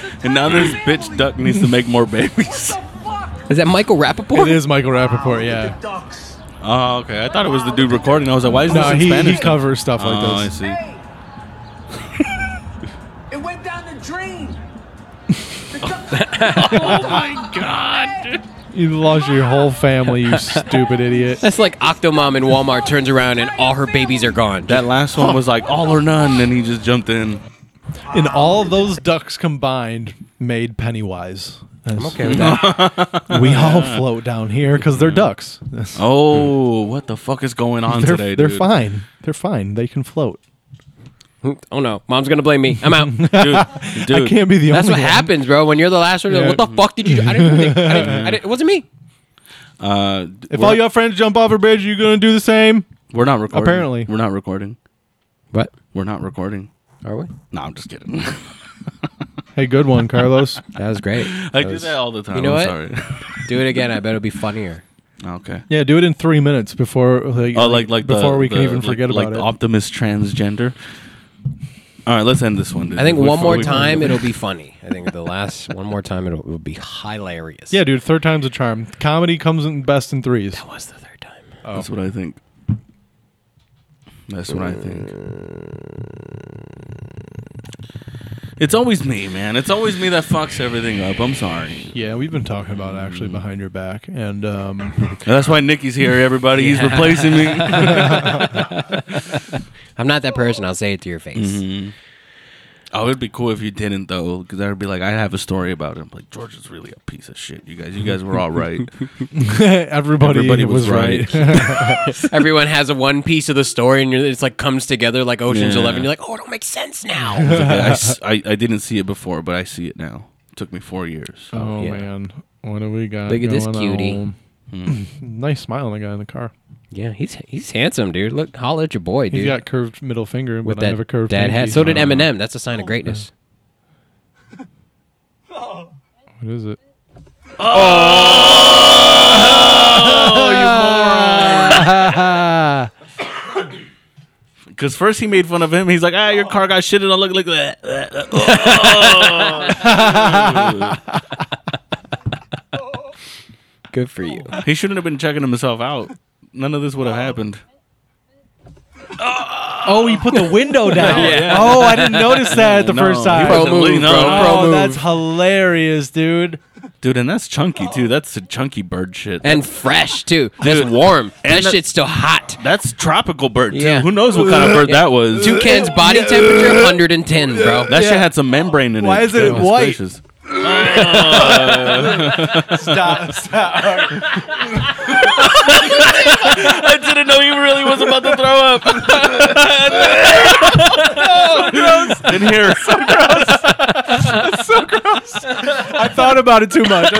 Speaker 4: and now this bitch duck needs to make more babies.
Speaker 5: Fuck!
Speaker 1: Is that Michael Rappaport?
Speaker 3: It is Michael Rappaport, yeah.
Speaker 5: Ducks.
Speaker 4: Oh, okay. I thought it was the dude recording. I was like, why is
Speaker 3: No,
Speaker 4: this in
Speaker 3: he, he
Speaker 4: Spanish?
Speaker 3: covers stuff like
Speaker 4: oh, I
Speaker 3: this.
Speaker 4: see.
Speaker 5: Hey! it went down the dream.
Speaker 3: You lost your whole family, you stupid idiot.
Speaker 1: That's like Octomom in Walmart turns around and all her babies are gone.
Speaker 4: That last one was like all or none, and he just jumped in.
Speaker 3: And all of those ducks combined made Pennywise. I'm okay with that. we all float down here because they're ducks.
Speaker 4: Oh, what the fuck is going on
Speaker 3: Hmm. They're,
Speaker 4: today?
Speaker 3: they're
Speaker 4: dude?
Speaker 3: fine. They're fine. They can float.
Speaker 1: oh no, mom's gonna blame me. I'm out.
Speaker 4: dude. dude
Speaker 3: I can't be the
Speaker 1: That's what
Speaker 3: only one.
Speaker 1: happens, bro. When you're the last one, you're like,
Speaker 3: Yeah.
Speaker 1: what the fuck did you? do? I didn't. even Think, I didn't, I didn't- it wasn't me.
Speaker 4: Uh,
Speaker 3: If
Speaker 4: we're,
Speaker 3: all your friends jump off a bridge, you gonna do the same?
Speaker 4: we're not recording.
Speaker 3: Apparently.
Speaker 4: we're not recording.
Speaker 1: What
Speaker 4: We're not recording.
Speaker 1: are we?
Speaker 4: No, I'm just kidding.
Speaker 3: Hey, good one, Carlos.
Speaker 1: That was great.
Speaker 4: I
Speaker 1: That
Speaker 4: do
Speaker 1: was-
Speaker 4: that all the time.
Speaker 1: You know
Speaker 4: I'm
Speaker 1: what?
Speaker 4: Sorry.
Speaker 1: Do it again. I bet it'll be funnier.
Speaker 4: okay.
Speaker 3: yeah, do it in three minutes before like,
Speaker 4: Oh, like like the-
Speaker 3: before we can
Speaker 4: the-
Speaker 3: even
Speaker 4: like-
Speaker 3: forget
Speaker 4: like
Speaker 3: about
Speaker 4: the
Speaker 3: it.
Speaker 4: Optimus transgender. All right, let's end this one. dude.
Speaker 1: I think
Speaker 4: Before
Speaker 1: one more
Speaker 4: we-
Speaker 1: time it'll be funny. I think the last one more time it'll, it'll be hilarious.
Speaker 3: yeah, dude, third time's a charm. Comedy comes in best in threes.
Speaker 1: What's the third time?
Speaker 4: That's what I think. That's what I think. It's always me, man. It's always me that fucks everything up. I'm sorry.
Speaker 3: Yeah, we've been talking about it
Speaker 1: Mm.
Speaker 3: actually behind your back, and um,
Speaker 4: That's why Nicky's here, everybody. He's replacing me.
Speaker 1: I'm not that person. I'll say it to your face.
Speaker 4: Oh, it'd be cool if you didn't though, because I'd be like, I have a story about it. I'm like, George is really a piece of shit. You guys, you guys were all right.
Speaker 3: everybody,
Speaker 4: Everybody
Speaker 3: was,
Speaker 4: was
Speaker 3: right.
Speaker 1: Everyone has a one piece of the story, and you're, it's like comes together like Ocean's
Speaker 4: Yeah.
Speaker 1: Eleven. You're like, oh, it don't make sense now.
Speaker 4: I, s- I- I didn't see it before, but I see it now. took me four years.
Speaker 3: oh
Speaker 1: Yeah.
Speaker 3: man, what do we got?
Speaker 1: Look at this
Speaker 3: going
Speaker 1: cutie. Hmm.
Speaker 3: on? nice smile on the guy in the car.
Speaker 1: yeah, he's he's handsome, dude. Look, holla at your boy,
Speaker 3: He's
Speaker 1: dude.
Speaker 3: got curved middle finger,
Speaker 1: with
Speaker 3: but I
Speaker 1: that
Speaker 3: have a curved
Speaker 1: dad hat.
Speaker 3: pinky.
Speaker 1: So did Eminem. That's a sign of greatness.
Speaker 3: What is it?
Speaker 4: Because first he made fun of him. He's like, ah, your car got shitted on. Look, look at that.
Speaker 1: Good for you.
Speaker 4: He shouldn't have been checking himself out. None of this would have happened.
Speaker 3: Oh, he put the window down.
Speaker 4: Yeah.
Speaker 3: Oh, I didn't notice that the
Speaker 4: No,
Speaker 3: first
Speaker 4: he
Speaker 3: time.
Speaker 4: wasn't
Speaker 1: Pro move,
Speaker 4: leaning on
Speaker 1: bro,
Speaker 4: it.
Speaker 1: pro
Speaker 3: oh,
Speaker 1: move.
Speaker 3: that's hilarious, dude.
Speaker 4: Dude, and that's chunky too. That's the chunky bird shit.
Speaker 1: And fresh too. That's
Speaker 4: Dude.
Speaker 1: warm. That
Speaker 4: And the-
Speaker 1: shit's still hot.
Speaker 4: that's touchouple bird too.
Speaker 1: Yeah.
Speaker 4: Who knows what kind of bird that was?
Speaker 1: Toucan's body temperature 110, bro.
Speaker 4: That shit had some membrane in it.
Speaker 3: Why is it
Speaker 4: Goodness
Speaker 3: white?
Speaker 4: gracious.
Speaker 3: Stop, stop.
Speaker 4: I didn't know he really was about to throw up. In here,
Speaker 3: I thought about it too much. I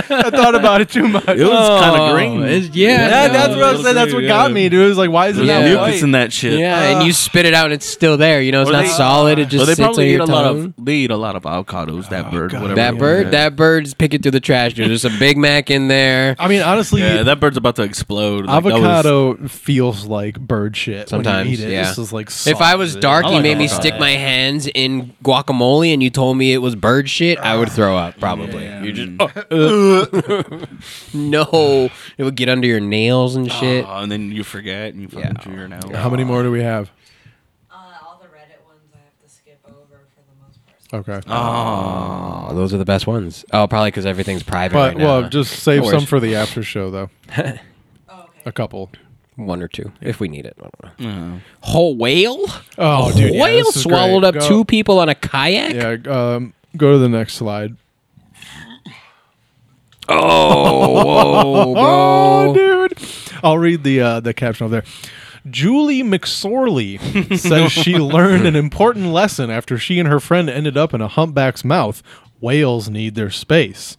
Speaker 3: thought, I thought about it too much.
Speaker 4: it was kind of green.
Speaker 1: Oh, It's- yeah,
Speaker 3: Yeah, that's what I
Speaker 4: Yeah.
Speaker 3: was saying. That's what got me, dude. It was like, why is it
Speaker 4: There's
Speaker 3: that
Speaker 4: mucus
Speaker 3: white?
Speaker 4: in that shit.
Speaker 1: Yeah, and you spit it out, and it's still there. You know, it's
Speaker 4: Ah. Well,
Speaker 1: not
Speaker 4: they-
Speaker 1: solid. It
Speaker 4: So
Speaker 1: just
Speaker 4: they
Speaker 1: sits on
Speaker 4: probably eat
Speaker 1: your
Speaker 4: a lot of
Speaker 1: tongue.
Speaker 4: they eat a lot of avocados. That bird, whatever.
Speaker 1: That
Speaker 4: it
Speaker 1: bird,
Speaker 4: is.
Speaker 1: that bird's picking through the trash. Dude, there's a Big Mac in there.
Speaker 3: I mean, honestly,
Speaker 4: yeah, that bird's about to explode. Like, that was-
Speaker 3: avocado feels like bird shit.
Speaker 1: Sometimes,
Speaker 3: when you eat it.
Speaker 1: yeah.
Speaker 3: This is like
Speaker 1: If I was
Speaker 3: sausage.
Speaker 1: dark,
Speaker 4: I
Speaker 1: you
Speaker 4: like
Speaker 1: made me
Speaker 4: avocado.
Speaker 1: stick my hands in guacamole, and you told me it was bird shit. I would throw up probably. You just no, it would get under your nails and shit.
Speaker 4: Oh, and then you forget and you fucking chew your nail.
Speaker 3: How many more do we have?
Speaker 8: Uh, all the Reddit ones I have to skip over for the most part.
Speaker 3: Okay.
Speaker 1: Oh, those are the best ones. Oh, probably because everything's private
Speaker 3: but,
Speaker 1: right now.
Speaker 3: well, just save
Speaker 1: No
Speaker 3: some
Speaker 1: worries.
Speaker 3: for the after show, though.
Speaker 8: Oh, okay.
Speaker 3: A couple.
Speaker 1: one or two if we need it. I don't know. Whole whale.
Speaker 3: Oh, dude. yeah,
Speaker 1: whale
Speaker 3: this is
Speaker 1: swallowed
Speaker 3: great.
Speaker 1: up
Speaker 3: Go-
Speaker 1: two people on a kayak.
Speaker 3: Yeah, um, go to the next slide.
Speaker 1: Oh,
Speaker 3: Oh,
Speaker 1: bro.
Speaker 3: dude. I'll read the uh, the caption over there. Julie McSorley says she learned an important lesson after she and her friend ended up in a humpback's mouth. Whales need their space.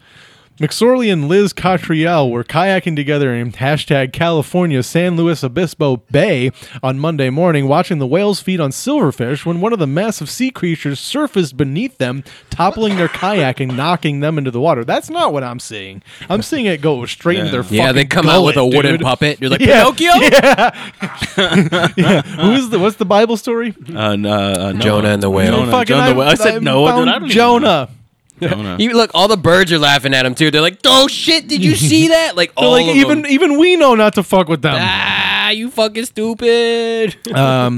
Speaker 3: McSorley and Liz Cotriel were kayaking together in hashtag California San Luis Obispo Bay on Monday morning, watching the whales feed on silverfish when one of the massive sea creatures surfaced beneath them, toppling their kayak and knocking them into the water. That's not what I'm seeing. I'm seeing it go straight into their
Speaker 1: Yeah, they
Speaker 3: fucking
Speaker 1: come out with a
Speaker 3: gullet,
Speaker 1: wooden
Speaker 3: dude.
Speaker 1: puppet. You're like,
Speaker 3: Yeah.
Speaker 1: Pinocchio?
Speaker 3: Who's the what's the Bible story?
Speaker 4: Uh, no, uh, Noah.
Speaker 1: Jonah and the whale.
Speaker 4: Jonah,
Speaker 3: Fucking
Speaker 4: Jonah the
Speaker 3: I-
Speaker 4: whale. I said Noah, dude.
Speaker 3: found
Speaker 4: I don't even know.
Speaker 3: Jonah.
Speaker 4: Jonah.
Speaker 1: You, look, all the birds are laughing at him, too. They're like, oh, shit, did you see that? Like,
Speaker 3: They're
Speaker 1: all
Speaker 3: like
Speaker 1: of
Speaker 3: even
Speaker 1: them.
Speaker 3: even we know not to fuck with them.
Speaker 1: Ah, you fucking stupid.
Speaker 3: Um,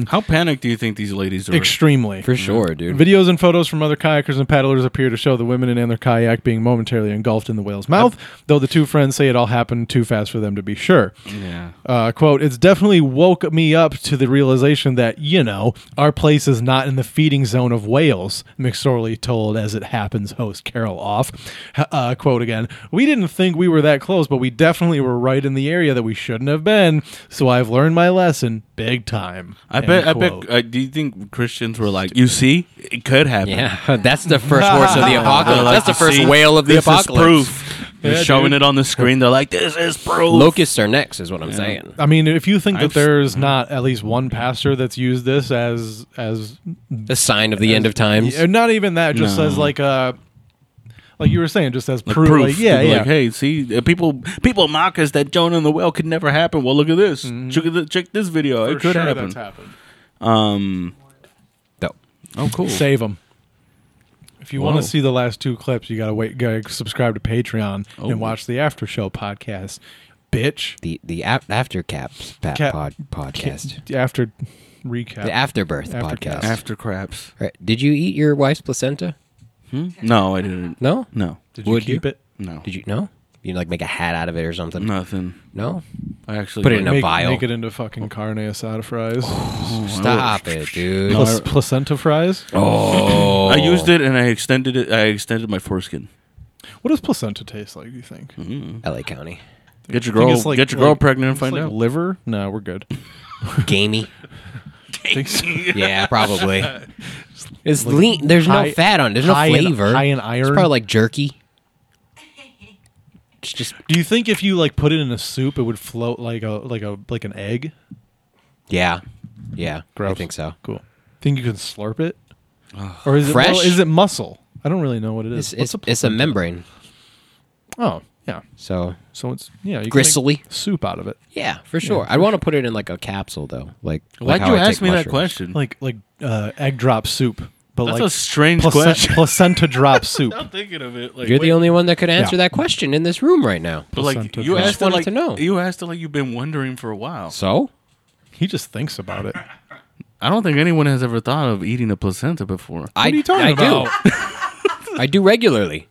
Speaker 4: Mm, How panicked do you think these ladies are?
Speaker 3: extremely.
Speaker 1: Uh, For sure, dude.
Speaker 3: Videos and photos from other kayakers and paddlers appear to show the women and their kayak being momentarily engulfed in the whale's mouth, though the two friends say it all happened too fast for them to be sure.
Speaker 4: yeah.
Speaker 3: Uh, quote, it's definitely woke me up to the realization that, you know, our place is not in the feeding zone of whales, McSorley told As It Happens host Carol Off. H- Uh, quote again, we didn't think we were that close, but we definitely were right in the area that we shouldn't have been, so I've learned my lesson big time.
Speaker 4: I
Speaker 3: End
Speaker 4: bet. I
Speaker 3: quote.
Speaker 4: bet. Uh, do you think Christians were like, you see, it could happen.
Speaker 1: Yeah, that's the first horse of the
Speaker 4: They're
Speaker 1: apocalypse.
Speaker 4: like,
Speaker 1: that's the
Speaker 4: "You
Speaker 1: first
Speaker 4: see,
Speaker 1: whale of the
Speaker 4: this
Speaker 1: apocalypse.
Speaker 4: Is proof. They're
Speaker 3: Yeah,
Speaker 4: showing
Speaker 3: dude.
Speaker 4: it on the screen. They're like, this is proof.
Speaker 1: Locusts are next, is what I'm saying.
Speaker 3: I mean, if you think
Speaker 4: I've
Speaker 3: that there's not at least one pastor that's used this as as
Speaker 1: The sign of the end of times.
Speaker 3: uh, not even that, just
Speaker 4: No.
Speaker 3: as like uh like you were saying, just as
Speaker 4: Like
Speaker 3: proof.
Speaker 4: proof.
Speaker 3: like, yeah,
Speaker 4: They're
Speaker 3: yeah.
Speaker 4: Like, hey, see, uh, people people mock us that Jonah and the whale could never happen. Well, look at this. Check, the, check this video.
Speaker 3: For
Speaker 4: it could
Speaker 3: sure
Speaker 4: happen.
Speaker 3: That's happened.
Speaker 4: Um.
Speaker 1: Dope.
Speaker 4: Oh, cool.
Speaker 3: Save them. If you want
Speaker 4: Whoa.
Speaker 3: to see the last two clips, you gotta wait. Gotta subscribe to Patreon
Speaker 4: Oh.
Speaker 3: and watch the after show podcast, bitch.
Speaker 1: The the ap- after caps pa-
Speaker 3: Cap-
Speaker 1: pod, podcast.
Speaker 3: The After recap.
Speaker 1: The afterbirth
Speaker 3: After
Speaker 1: podcast.
Speaker 3: caps.
Speaker 4: After craps.
Speaker 1: Right. Did you eat your wife's placenta?
Speaker 4: No, I didn't.
Speaker 1: No.
Speaker 4: No.
Speaker 3: Did you
Speaker 1: would
Speaker 3: keep
Speaker 1: you?
Speaker 3: it?
Speaker 4: No.
Speaker 1: Did you no? You like make a hat out of it or something?
Speaker 4: Nothing.
Speaker 1: No.
Speaker 4: I actually
Speaker 1: Put it in a
Speaker 3: make,
Speaker 1: vial.
Speaker 3: make it into fucking carne asada fries,
Speaker 1: Stop it, dude.
Speaker 3: Plus, placenta fries.
Speaker 1: Oh.
Speaker 4: I used it and I extended it. I extended my foreskin.
Speaker 3: What does placenta taste like? Do you think?
Speaker 1: L.A. County.
Speaker 4: Get your
Speaker 3: think
Speaker 4: girl,
Speaker 3: it's like-
Speaker 4: get your girl
Speaker 3: like-
Speaker 4: pregnant and
Speaker 3: It's
Speaker 4: find
Speaker 3: like
Speaker 4: out.
Speaker 3: Liver? No, we're good.
Speaker 1: Gamey.
Speaker 3: Think so.
Speaker 1: Yeah, probably. It's lean. There's no
Speaker 3: high-
Speaker 1: fat on. it. There's no
Speaker 3: high in-
Speaker 1: flavor.
Speaker 3: high in
Speaker 1: It's
Speaker 3: iron.
Speaker 1: probably like jerky. It's just
Speaker 3: Do you think if you like put it in a soup, it would float like a like a like an egg?
Speaker 1: yeah, yeah. I
Speaker 3: Gross.
Speaker 1: think so.
Speaker 3: Cool. Think you can slurp it? Or is it
Speaker 1: Fresh?
Speaker 3: well, is it muscle? I don't really know what it
Speaker 1: It's
Speaker 3: is.
Speaker 1: it's,
Speaker 3: What's
Speaker 1: a, it's a membrane.
Speaker 3: oh yeah.
Speaker 1: So
Speaker 3: So it's yeah you can make
Speaker 1: Gristly.
Speaker 3: soup out of it
Speaker 1: yeah, for sure. I want to put it in like a capsule though. Like like
Speaker 4: Why'd
Speaker 1: how
Speaker 4: you
Speaker 1: I
Speaker 4: ask
Speaker 1: take
Speaker 4: me that
Speaker 1: mushrooms.
Speaker 4: question?
Speaker 3: like like uh, egg drop soup, but
Speaker 4: That's
Speaker 3: like
Speaker 4: a strange
Speaker 3: placen-
Speaker 4: question.
Speaker 3: placenta drop soup.
Speaker 4: I'm thinking of it. Like,
Speaker 1: You're
Speaker 4: wait,
Speaker 1: the only one that could answer
Speaker 3: Yeah.
Speaker 1: that question in this room right now.
Speaker 4: but, like
Speaker 3: placenta
Speaker 4: you
Speaker 3: drop.
Speaker 4: asked
Speaker 1: Just
Speaker 4: it
Speaker 1: wanted
Speaker 4: like
Speaker 1: to know.
Speaker 4: you asked it like you've been wondering for a while.
Speaker 1: So
Speaker 3: He just thinks about it.
Speaker 4: I don't think anyone has ever thought of eating a placenta before.
Speaker 1: I
Speaker 3: you talking
Speaker 1: I
Speaker 3: about?
Speaker 1: do I do regularly.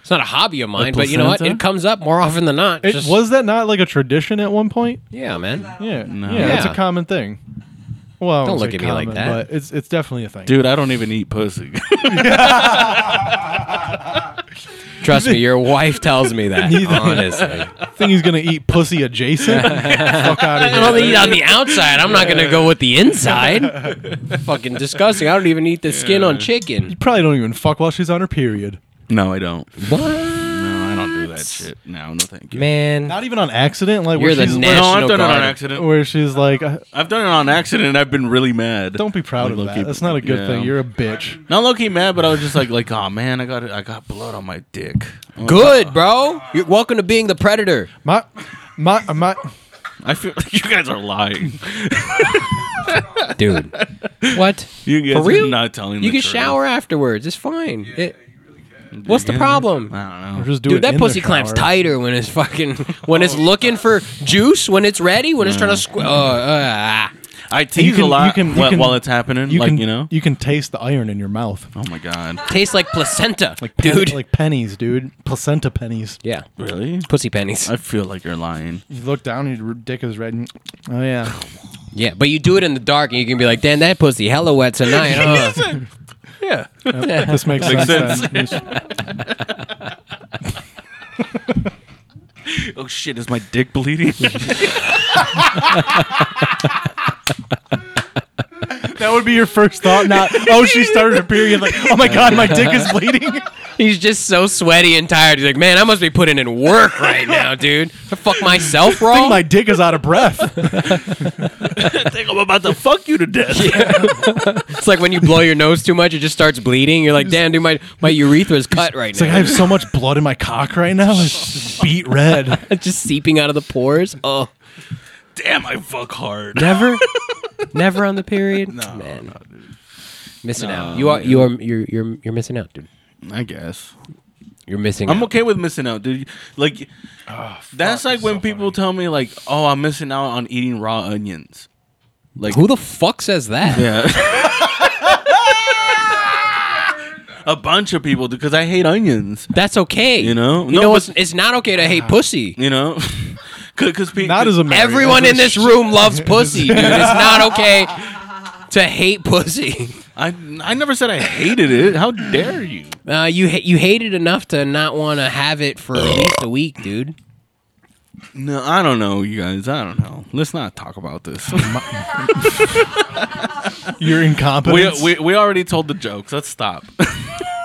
Speaker 1: It's not a hobby of mine, but you know what?
Speaker 4: placenta?
Speaker 1: It comes up more often than not.
Speaker 3: It
Speaker 1: Just-
Speaker 3: was that not like a tradition at one point?
Speaker 1: yeah, man.
Speaker 3: Yeah,
Speaker 4: No.
Speaker 3: yeah, it's
Speaker 1: Yeah.
Speaker 3: a common thing. Well, I
Speaker 1: Don't
Speaker 3: won't
Speaker 1: look
Speaker 3: say
Speaker 1: at me like
Speaker 3: common,
Speaker 1: that.
Speaker 3: But it's it's definitely a thing.
Speaker 4: Dude, I don't even eat pussy.
Speaker 1: Trust me, your wife tells me that. honestly,
Speaker 3: think he's gonna eat pussy adjacent. Fuck out
Speaker 1: I don't
Speaker 3: of
Speaker 1: eat
Speaker 3: here.
Speaker 1: on the outside. I'm not gonna go with the inside. Fucking disgusting. I don't even eat the skin on chicken.
Speaker 3: Probably don't even fuck while she's on her period.
Speaker 4: no, I don't.
Speaker 1: What?
Speaker 4: No, I don't do that shit. No, no, thank you.
Speaker 1: Man,
Speaker 3: Not even on accident. Like
Speaker 1: You're
Speaker 3: where
Speaker 1: the
Speaker 3: she's,
Speaker 1: next-
Speaker 4: no, I've
Speaker 1: National
Speaker 4: done it on
Speaker 1: Guard.
Speaker 4: accident.
Speaker 3: where she's like, uh,
Speaker 4: I've done it on accident. and I've been really mad.
Speaker 3: don't be proud
Speaker 4: Like,
Speaker 3: of
Speaker 4: low-key-
Speaker 3: that. That's not a good
Speaker 4: yeah.
Speaker 3: thing. You're a bitch.
Speaker 4: Not low key mad, but I was just like, like, oh man, I got I got blood on my dick. Oh,
Speaker 1: good, bro. You're welcome to being the predator.
Speaker 3: My, my, my.
Speaker 4: I feel you guys are lying.
Speaker 1: dude. What?
Speaker 4: You guys
Speaker 1: For real?
Speaker 4: are not telling.
Speaker 1: You
Speaker 4: the
Speaker 1: can
Speaker 4: truth.
Speaker 1: shower afterwards. It's fine. It- what's the
Speaker 4: Yeah.
Speaker 1: problem?
Speaker 4: I don't know.
Speaker 3: Just do it
Speaker 1: Dude, that
Speaker 3: in
Speaker 1: pussy
Speaker 3: the
Speaker 1: clamps
Speaker 3: shower. Oh.
Speaker 1: tighter when it's fucking when it's looking for juice, when it's ready, when it's trying to
Speaker 3: Mm.
Speaker 1: squ- uh, uh, ah.
Speaker 4: I tease
Speaker 3: You can-
Speaker 4: a lot
Speaker 3: you can- you
Speaker 4: whi-
Speaker 3: can-
Speaker 4: while it's happening.
Speaker 3: You
Speaker 4: like
Speaker 3: can,
Speaker 4: you know.
Speaker 3: you can taste the iron in your mouth,
Speaker 4: Oh my god.
Speaker 1: tastes like placenta,
Speaker 3: Pen-
Speaker 1: dude.
Speaker 3: Like pennies, dude. Placenta pennies.
Speaker 1: yeah,
Speaker 4: Really?
Speaker 1: pussy pennies.
Speaker 4: I feel like you're lying.
Speaker 3: You look down, your dick is red. And, oh yeah.
Speaker 1: yeah, but you do it in the dark, and you can be like, "Damn, that pussy hella wet tonight." Huh?
Speaker 4: Yeah.
Speaker 3: This makes, sense. then.
Speaker 4: oh shit! Is my dick bleeding?
Speaker 3: that would be your first thought, not oh she started her period. Like oh my god, my dick is bleeding.
Speaker 1: He's just so sweaty and tired. He's like, man, I must be putting in work right now, dude. I fuck myself,
Speaker 3: I
Speaker 1: bro.
Speaker 3: think my dick is out of breath.
Speaker 4: I think I'm about to fuck you to death.
Speaker 1: it's like when you blow your nose too much, it just starts bleeding. You're like, damn, dude, my, my urethra's cut right
Speaker 3: It's
Speaker 1: now.
Speaker 3: like I have so much blood in my cock right now. It's just beat red.
Speaker 1: It's just seeping out of the pores. Oh,
Speaker 4: Damn, I fuck hard.
Speaker 1: never, never on the period. No, man, missing out. You are you are you're you're you're missing out, dude.
Speaker 4: I guess.
Speaker 1: You're missing.
Speaker 4: I'm
Speaker 1: out.
Speaker 4: okay with missing out, dude. Like, that's like when people tell me, like, oh, I'm missing out on eating raw onions. Like,
Speaker 1: Who the fuck says that?
Speaker 4: Yeah. A bunch of people because I hate onions.
Speaker 1: That's okay.
Speaker 4: You know?
Speaker 1: You
Speaker 4: No,
Speaker 1: know
Speaker 4: but-
Speaker 1: it's it's not okay to hate pussy.
Speaker 4: You know, because people.
Speaker 3: Not as a Mary.
Speaker 1: Everyone in this room loves pussy, dude. It's not okay to hate pussy.
Speaker 4: I I never said I hated it. How dare you?
Speaker 1: Uh, you ha- you hate it enough to not want to have it for at least a week, dude.
Speaker 4: No, I don't know, you guys. I don't know. Let's not talk about this.
Speaker 3: You're
Speaker 4: we,
Speaker 3: incompetent.
Speaker 4: we we already told the jokes. Let's stop.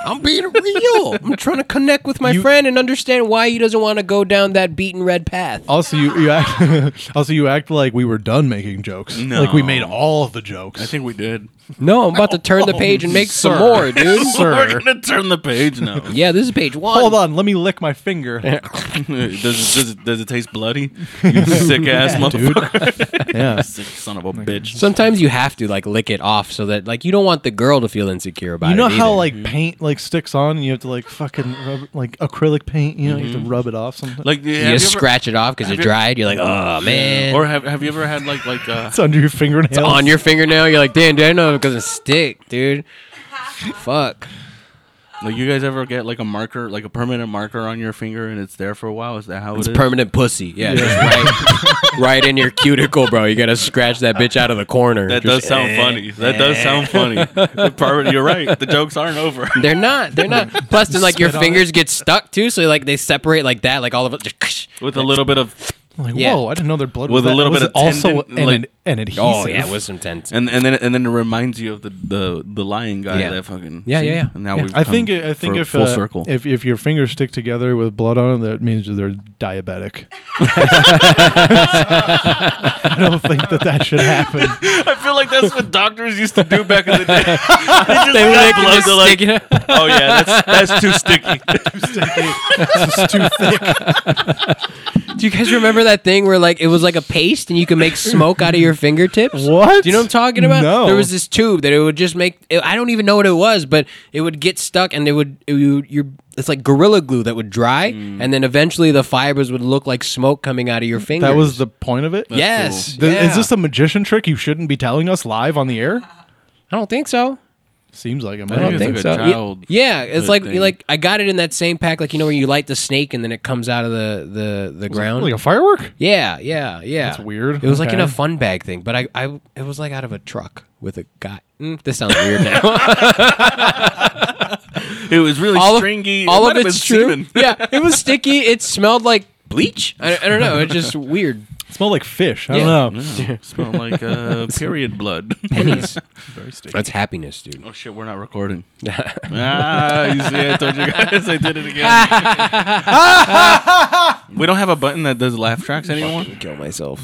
Speaker 1: I'm being real. I'm trying to connect with my friend and understand why he doesn't want to go down that beaten red path.
Speaker 3: also, you, you act. also, you act like we were done making jokes.
Speaker 4: No.
Speaker 3: Like we made all of the jokes.
Speaker 4: I think we did.
Speaker 1: No, I'm about to turn the page and make some
Speaker 3: sir.
Speaker 1: more, dude.
Speaker 4: We're gonna turn the page now.
Speaker 1: Yeah, this is page one.
Speaker 3: Hold on, let me lick my finger.
Speaker 4: does, it, does it does it taste bloody? You sick ass motherfucker.
Speaker 3: yeah. Oh
Speaker 4: Sick son of a bitch.
Speaker 1: Sometimes you have to like lick it off so that like you don't want the girl to feel insecure about it.
Speaker 3: You know how
Speaker 1: either.
Speaker 3: like paint like sticks on, and you have to like fucking rub, like acrylic paint. You know, you have
Speaker 4: Mm-hmm.
Speaker 3: to rub it off sometimes.
Speaker 4: Like
Speaker 1: you just scratch it off because it
Speaker 4: you-
Speaker 1: dried. You're like, oh man.
Speaker 4: Or have have you ever had like like uh
Speaker 3: it's under your fingernail. It's
Speaker 1: on your fingernail, you're like, damn, dude, I know it doesn't stick, dude. Fuck.
Speaker 4: Like you guys ever get like a marker, like a permanent marker on your finger, and it's there for a while? Is that how
Speaker 1: It's
Speaker 4: it is?
Speaker 1: permanent pussy. Yeah, Just right, right in your cuticle, bro. You gotta scratch that bitch out of the corner.
Speaker 4: that
Speaker 1: Just-
Speaker 4: does sound funny. That does sound funny. The permanent- You're right. The jokes aren't over.
Speaker 1: They're not. They're not. Plus, then like your fingers get stuck too, so like they separate like that, like all of it. Just,
Speaker 4: With a little bit of,
Speaker 3: like
Speaker 1: yeah.
Speaker 3: whoa, I didn't know their blood
Speaker 4: With
Speaker 3: was
Speaker 4: a little
Speaker 3: that.
Speaker 4: bit
Speaker 3: It was
Speaker 4: of
Speaker 3: also
Speaker 4: tendon,
Speaker 3: an,
Speaker 4: like-
Speaker 3: an adhesive.
Speaker 1: oh yeah, with some tense.
Speaker 4: and and then and then it reminds you of the the the lion guy
Speaker 1: Yeah.
Speaker 4: that fucking
Speaker 1: Yeah, yeah, yeah.
Speaker 4: And now
Speaker 1: Yeah.
Speaker 4: we've
Speaker 3: I
Speaker 4: come
Speaker 3: think I think
Speaker 4: for-
Speaker 3: if
Speaker 4: full
Speaker 3: uh,
Speaker 4: circle.
Speaker 3: if if your fingers stick together with blood on them, that means they're diabetic. I don't think that that should happen.
Speaker 4: I feel like that's what doctors used to do back in the day. they just
Speaker 1: They lick and
Speaker 4: got blood,
Speaker 1: just
Speaker 4: they're like,
Speaker 1: stick it up.
Speaker 4: oh yeah, that's that's too sticky.
Speaker 3: It's too thick.
Speaker 1: Do you guys remember that thing where like it was like a paste and you could make smoke out of your fingertips?
Speaker 3: What?
Speaker 1: Do you know what I'm talking about?
Speaker 3: No.
Speaker 1: There was this tube that it would just make. It, I don't even know what it was, but it would get stuck and it would it, you your it's like gorilla glue that would dry
Speaker 4: Mm.
Speaker 1: and then eventually the fibers would look like smoke coming out of your fingers.
Speaker 3: That was the point of it.
Speaker 1: yes.
Speaker 3: The-
Speaker 1: yeah.
Speaker 3: Is this a magician trick you shouldn't be telling us live on the air?
Speaker 1: I don't think so.
Speaker 3: Seems like it.
Speaker 4: I
Speaker 3: might
Speaker 4: think
Speaker 3: be.
Speaker 4: it's like a
Speaker 1: Ye-
Speaker 4: child.
Speaker 1: yeah, it's
Speaker 4: good
Speaker 1: like
Speaker 4: thing.
Speaker 1: like I got it in that same pack, like you know where you light the snake and then it comes out of the the the ground.
Speaker 3: Like a firework?
Speaker 1: Yeah, yeah, yeah.
Speaker 3: That's weird.
Speaker 1: It was like in a
Speaker 3: Okay.
Speaker 1: fun bag thing, but I, I, it was like out of a truck with a guy. Mm, this sounds weird now.
Speaker 4: It was really
Speaker 1: all
Speaker 4: stringy.
Speaker 1: of,
Speaker 4: It
Speaker 1: all of
Speaker 4: might have
Speaker 1: it's
Speaker 4: been
Speaker 1: true.
Speaker 4: semen.
Speaker 1: Yeah, it was sticky. It smelled like bleach. I, I don't know. It's just weird.
Speaker 3: It smelled like fish. I
Speaker 1: Yeah.
Speaker 3: don't know.
Speaker 4: Smell like uh, period blood.
Speaker 1: Pennies. That's happiness, dude.
Speaker 4: Oh shit, we're not recording. ah, you see, I told you guys I did it again. we don't have a button that does laugh tracks anymore.
Speaker 1: Kill myself.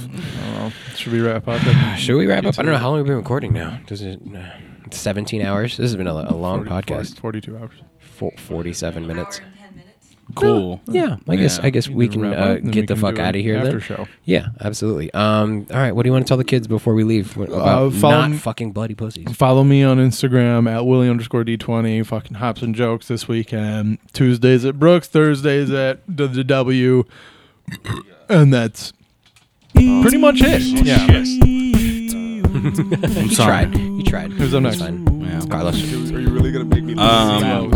Speaker 3: Should we wrap up? then?
Speaker 1: Should we wrap up? I don't know how long we've been recording now. Does it? Uh, it's 17 hours. This has been a, a long
Speaker 3: 40
Speaker 1: podcast.
Speaker 3: Forty-two hours.
Speaker 1: Fo- 47 minutes.
Speaker 8: Hour and ten minutes.
Speaker 4: Cool.
Speaker 1: Yeah, I guess
Speaker 4: Yeah.
Speaker 1: I guess we
Speaker 3: can
Speaker 1: can
Speaker 3: wrap
Speaker 1: uh,
Speaker 3: up, then
Speaker 1: get
Speaker 3: we
Speaker 1: the
Speaker 3: can
Speaker 1: fuck
Speaker 3: do
Speaker 1: out of
Speaker 3: an
Speaker 1: here.
Speaker 3: after
Speaker 1: then.
Speaker 3: show.
Speaker 1: Yeah, absolutely. Um, all right, what do you want to tell the kids before we leave What- about
Speaker 3: Uh, follow
Speaker 1: not
Speaker 3: me-
Speaker 1: fucking bloody pussies?
Speaker 3: Follow me on Instagram at Willie underscore D20. Fucking hops and jokes this weekend. Tuesdays at Brooks. Thursdays at WW. And that's pretty much
Speaker 1: Oh,
Speaker 3: it. Yeah.
Speaker 4: I'm
Speaker 1: You tried. You tried.
Speaker 3: Who's up
Speaker 1: It's
Speaker 3: next?
Speaker 1: fine.
Speaker 4: Yeah.
Speaker 1: Carlos.
Speaker 2: Are you really gonna make me?
Speaker 4: Um,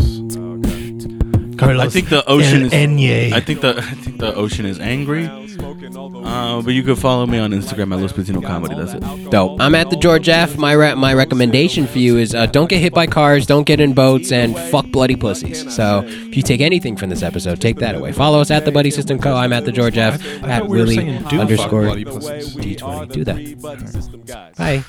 Speaker 4: I think the ocean is. I think the I think the ocean is angry. Uh, but you can follow me on Instagram at Los Patino Comedy. That's it.
Speaker 1: Dope. I'm at the George F. My re- my recommendation for you is uh, don't get hit by cars, don't get in boats, and fuck bloody pussies. So if you take anything from this episode, take that away. Follow us at the Buddy System Co. I'm at the George F.
Speaker 3: I
Speaker 1: at
Speaker 3: thought we were
Speaker 1: Willie
Speaker 3: saying do fuck
Speaker 1: underscore
Speaker 3: bloody pussies.
Speaker 1: D20. Do that.
Speaker 2: that.
Speaker 1: Bye.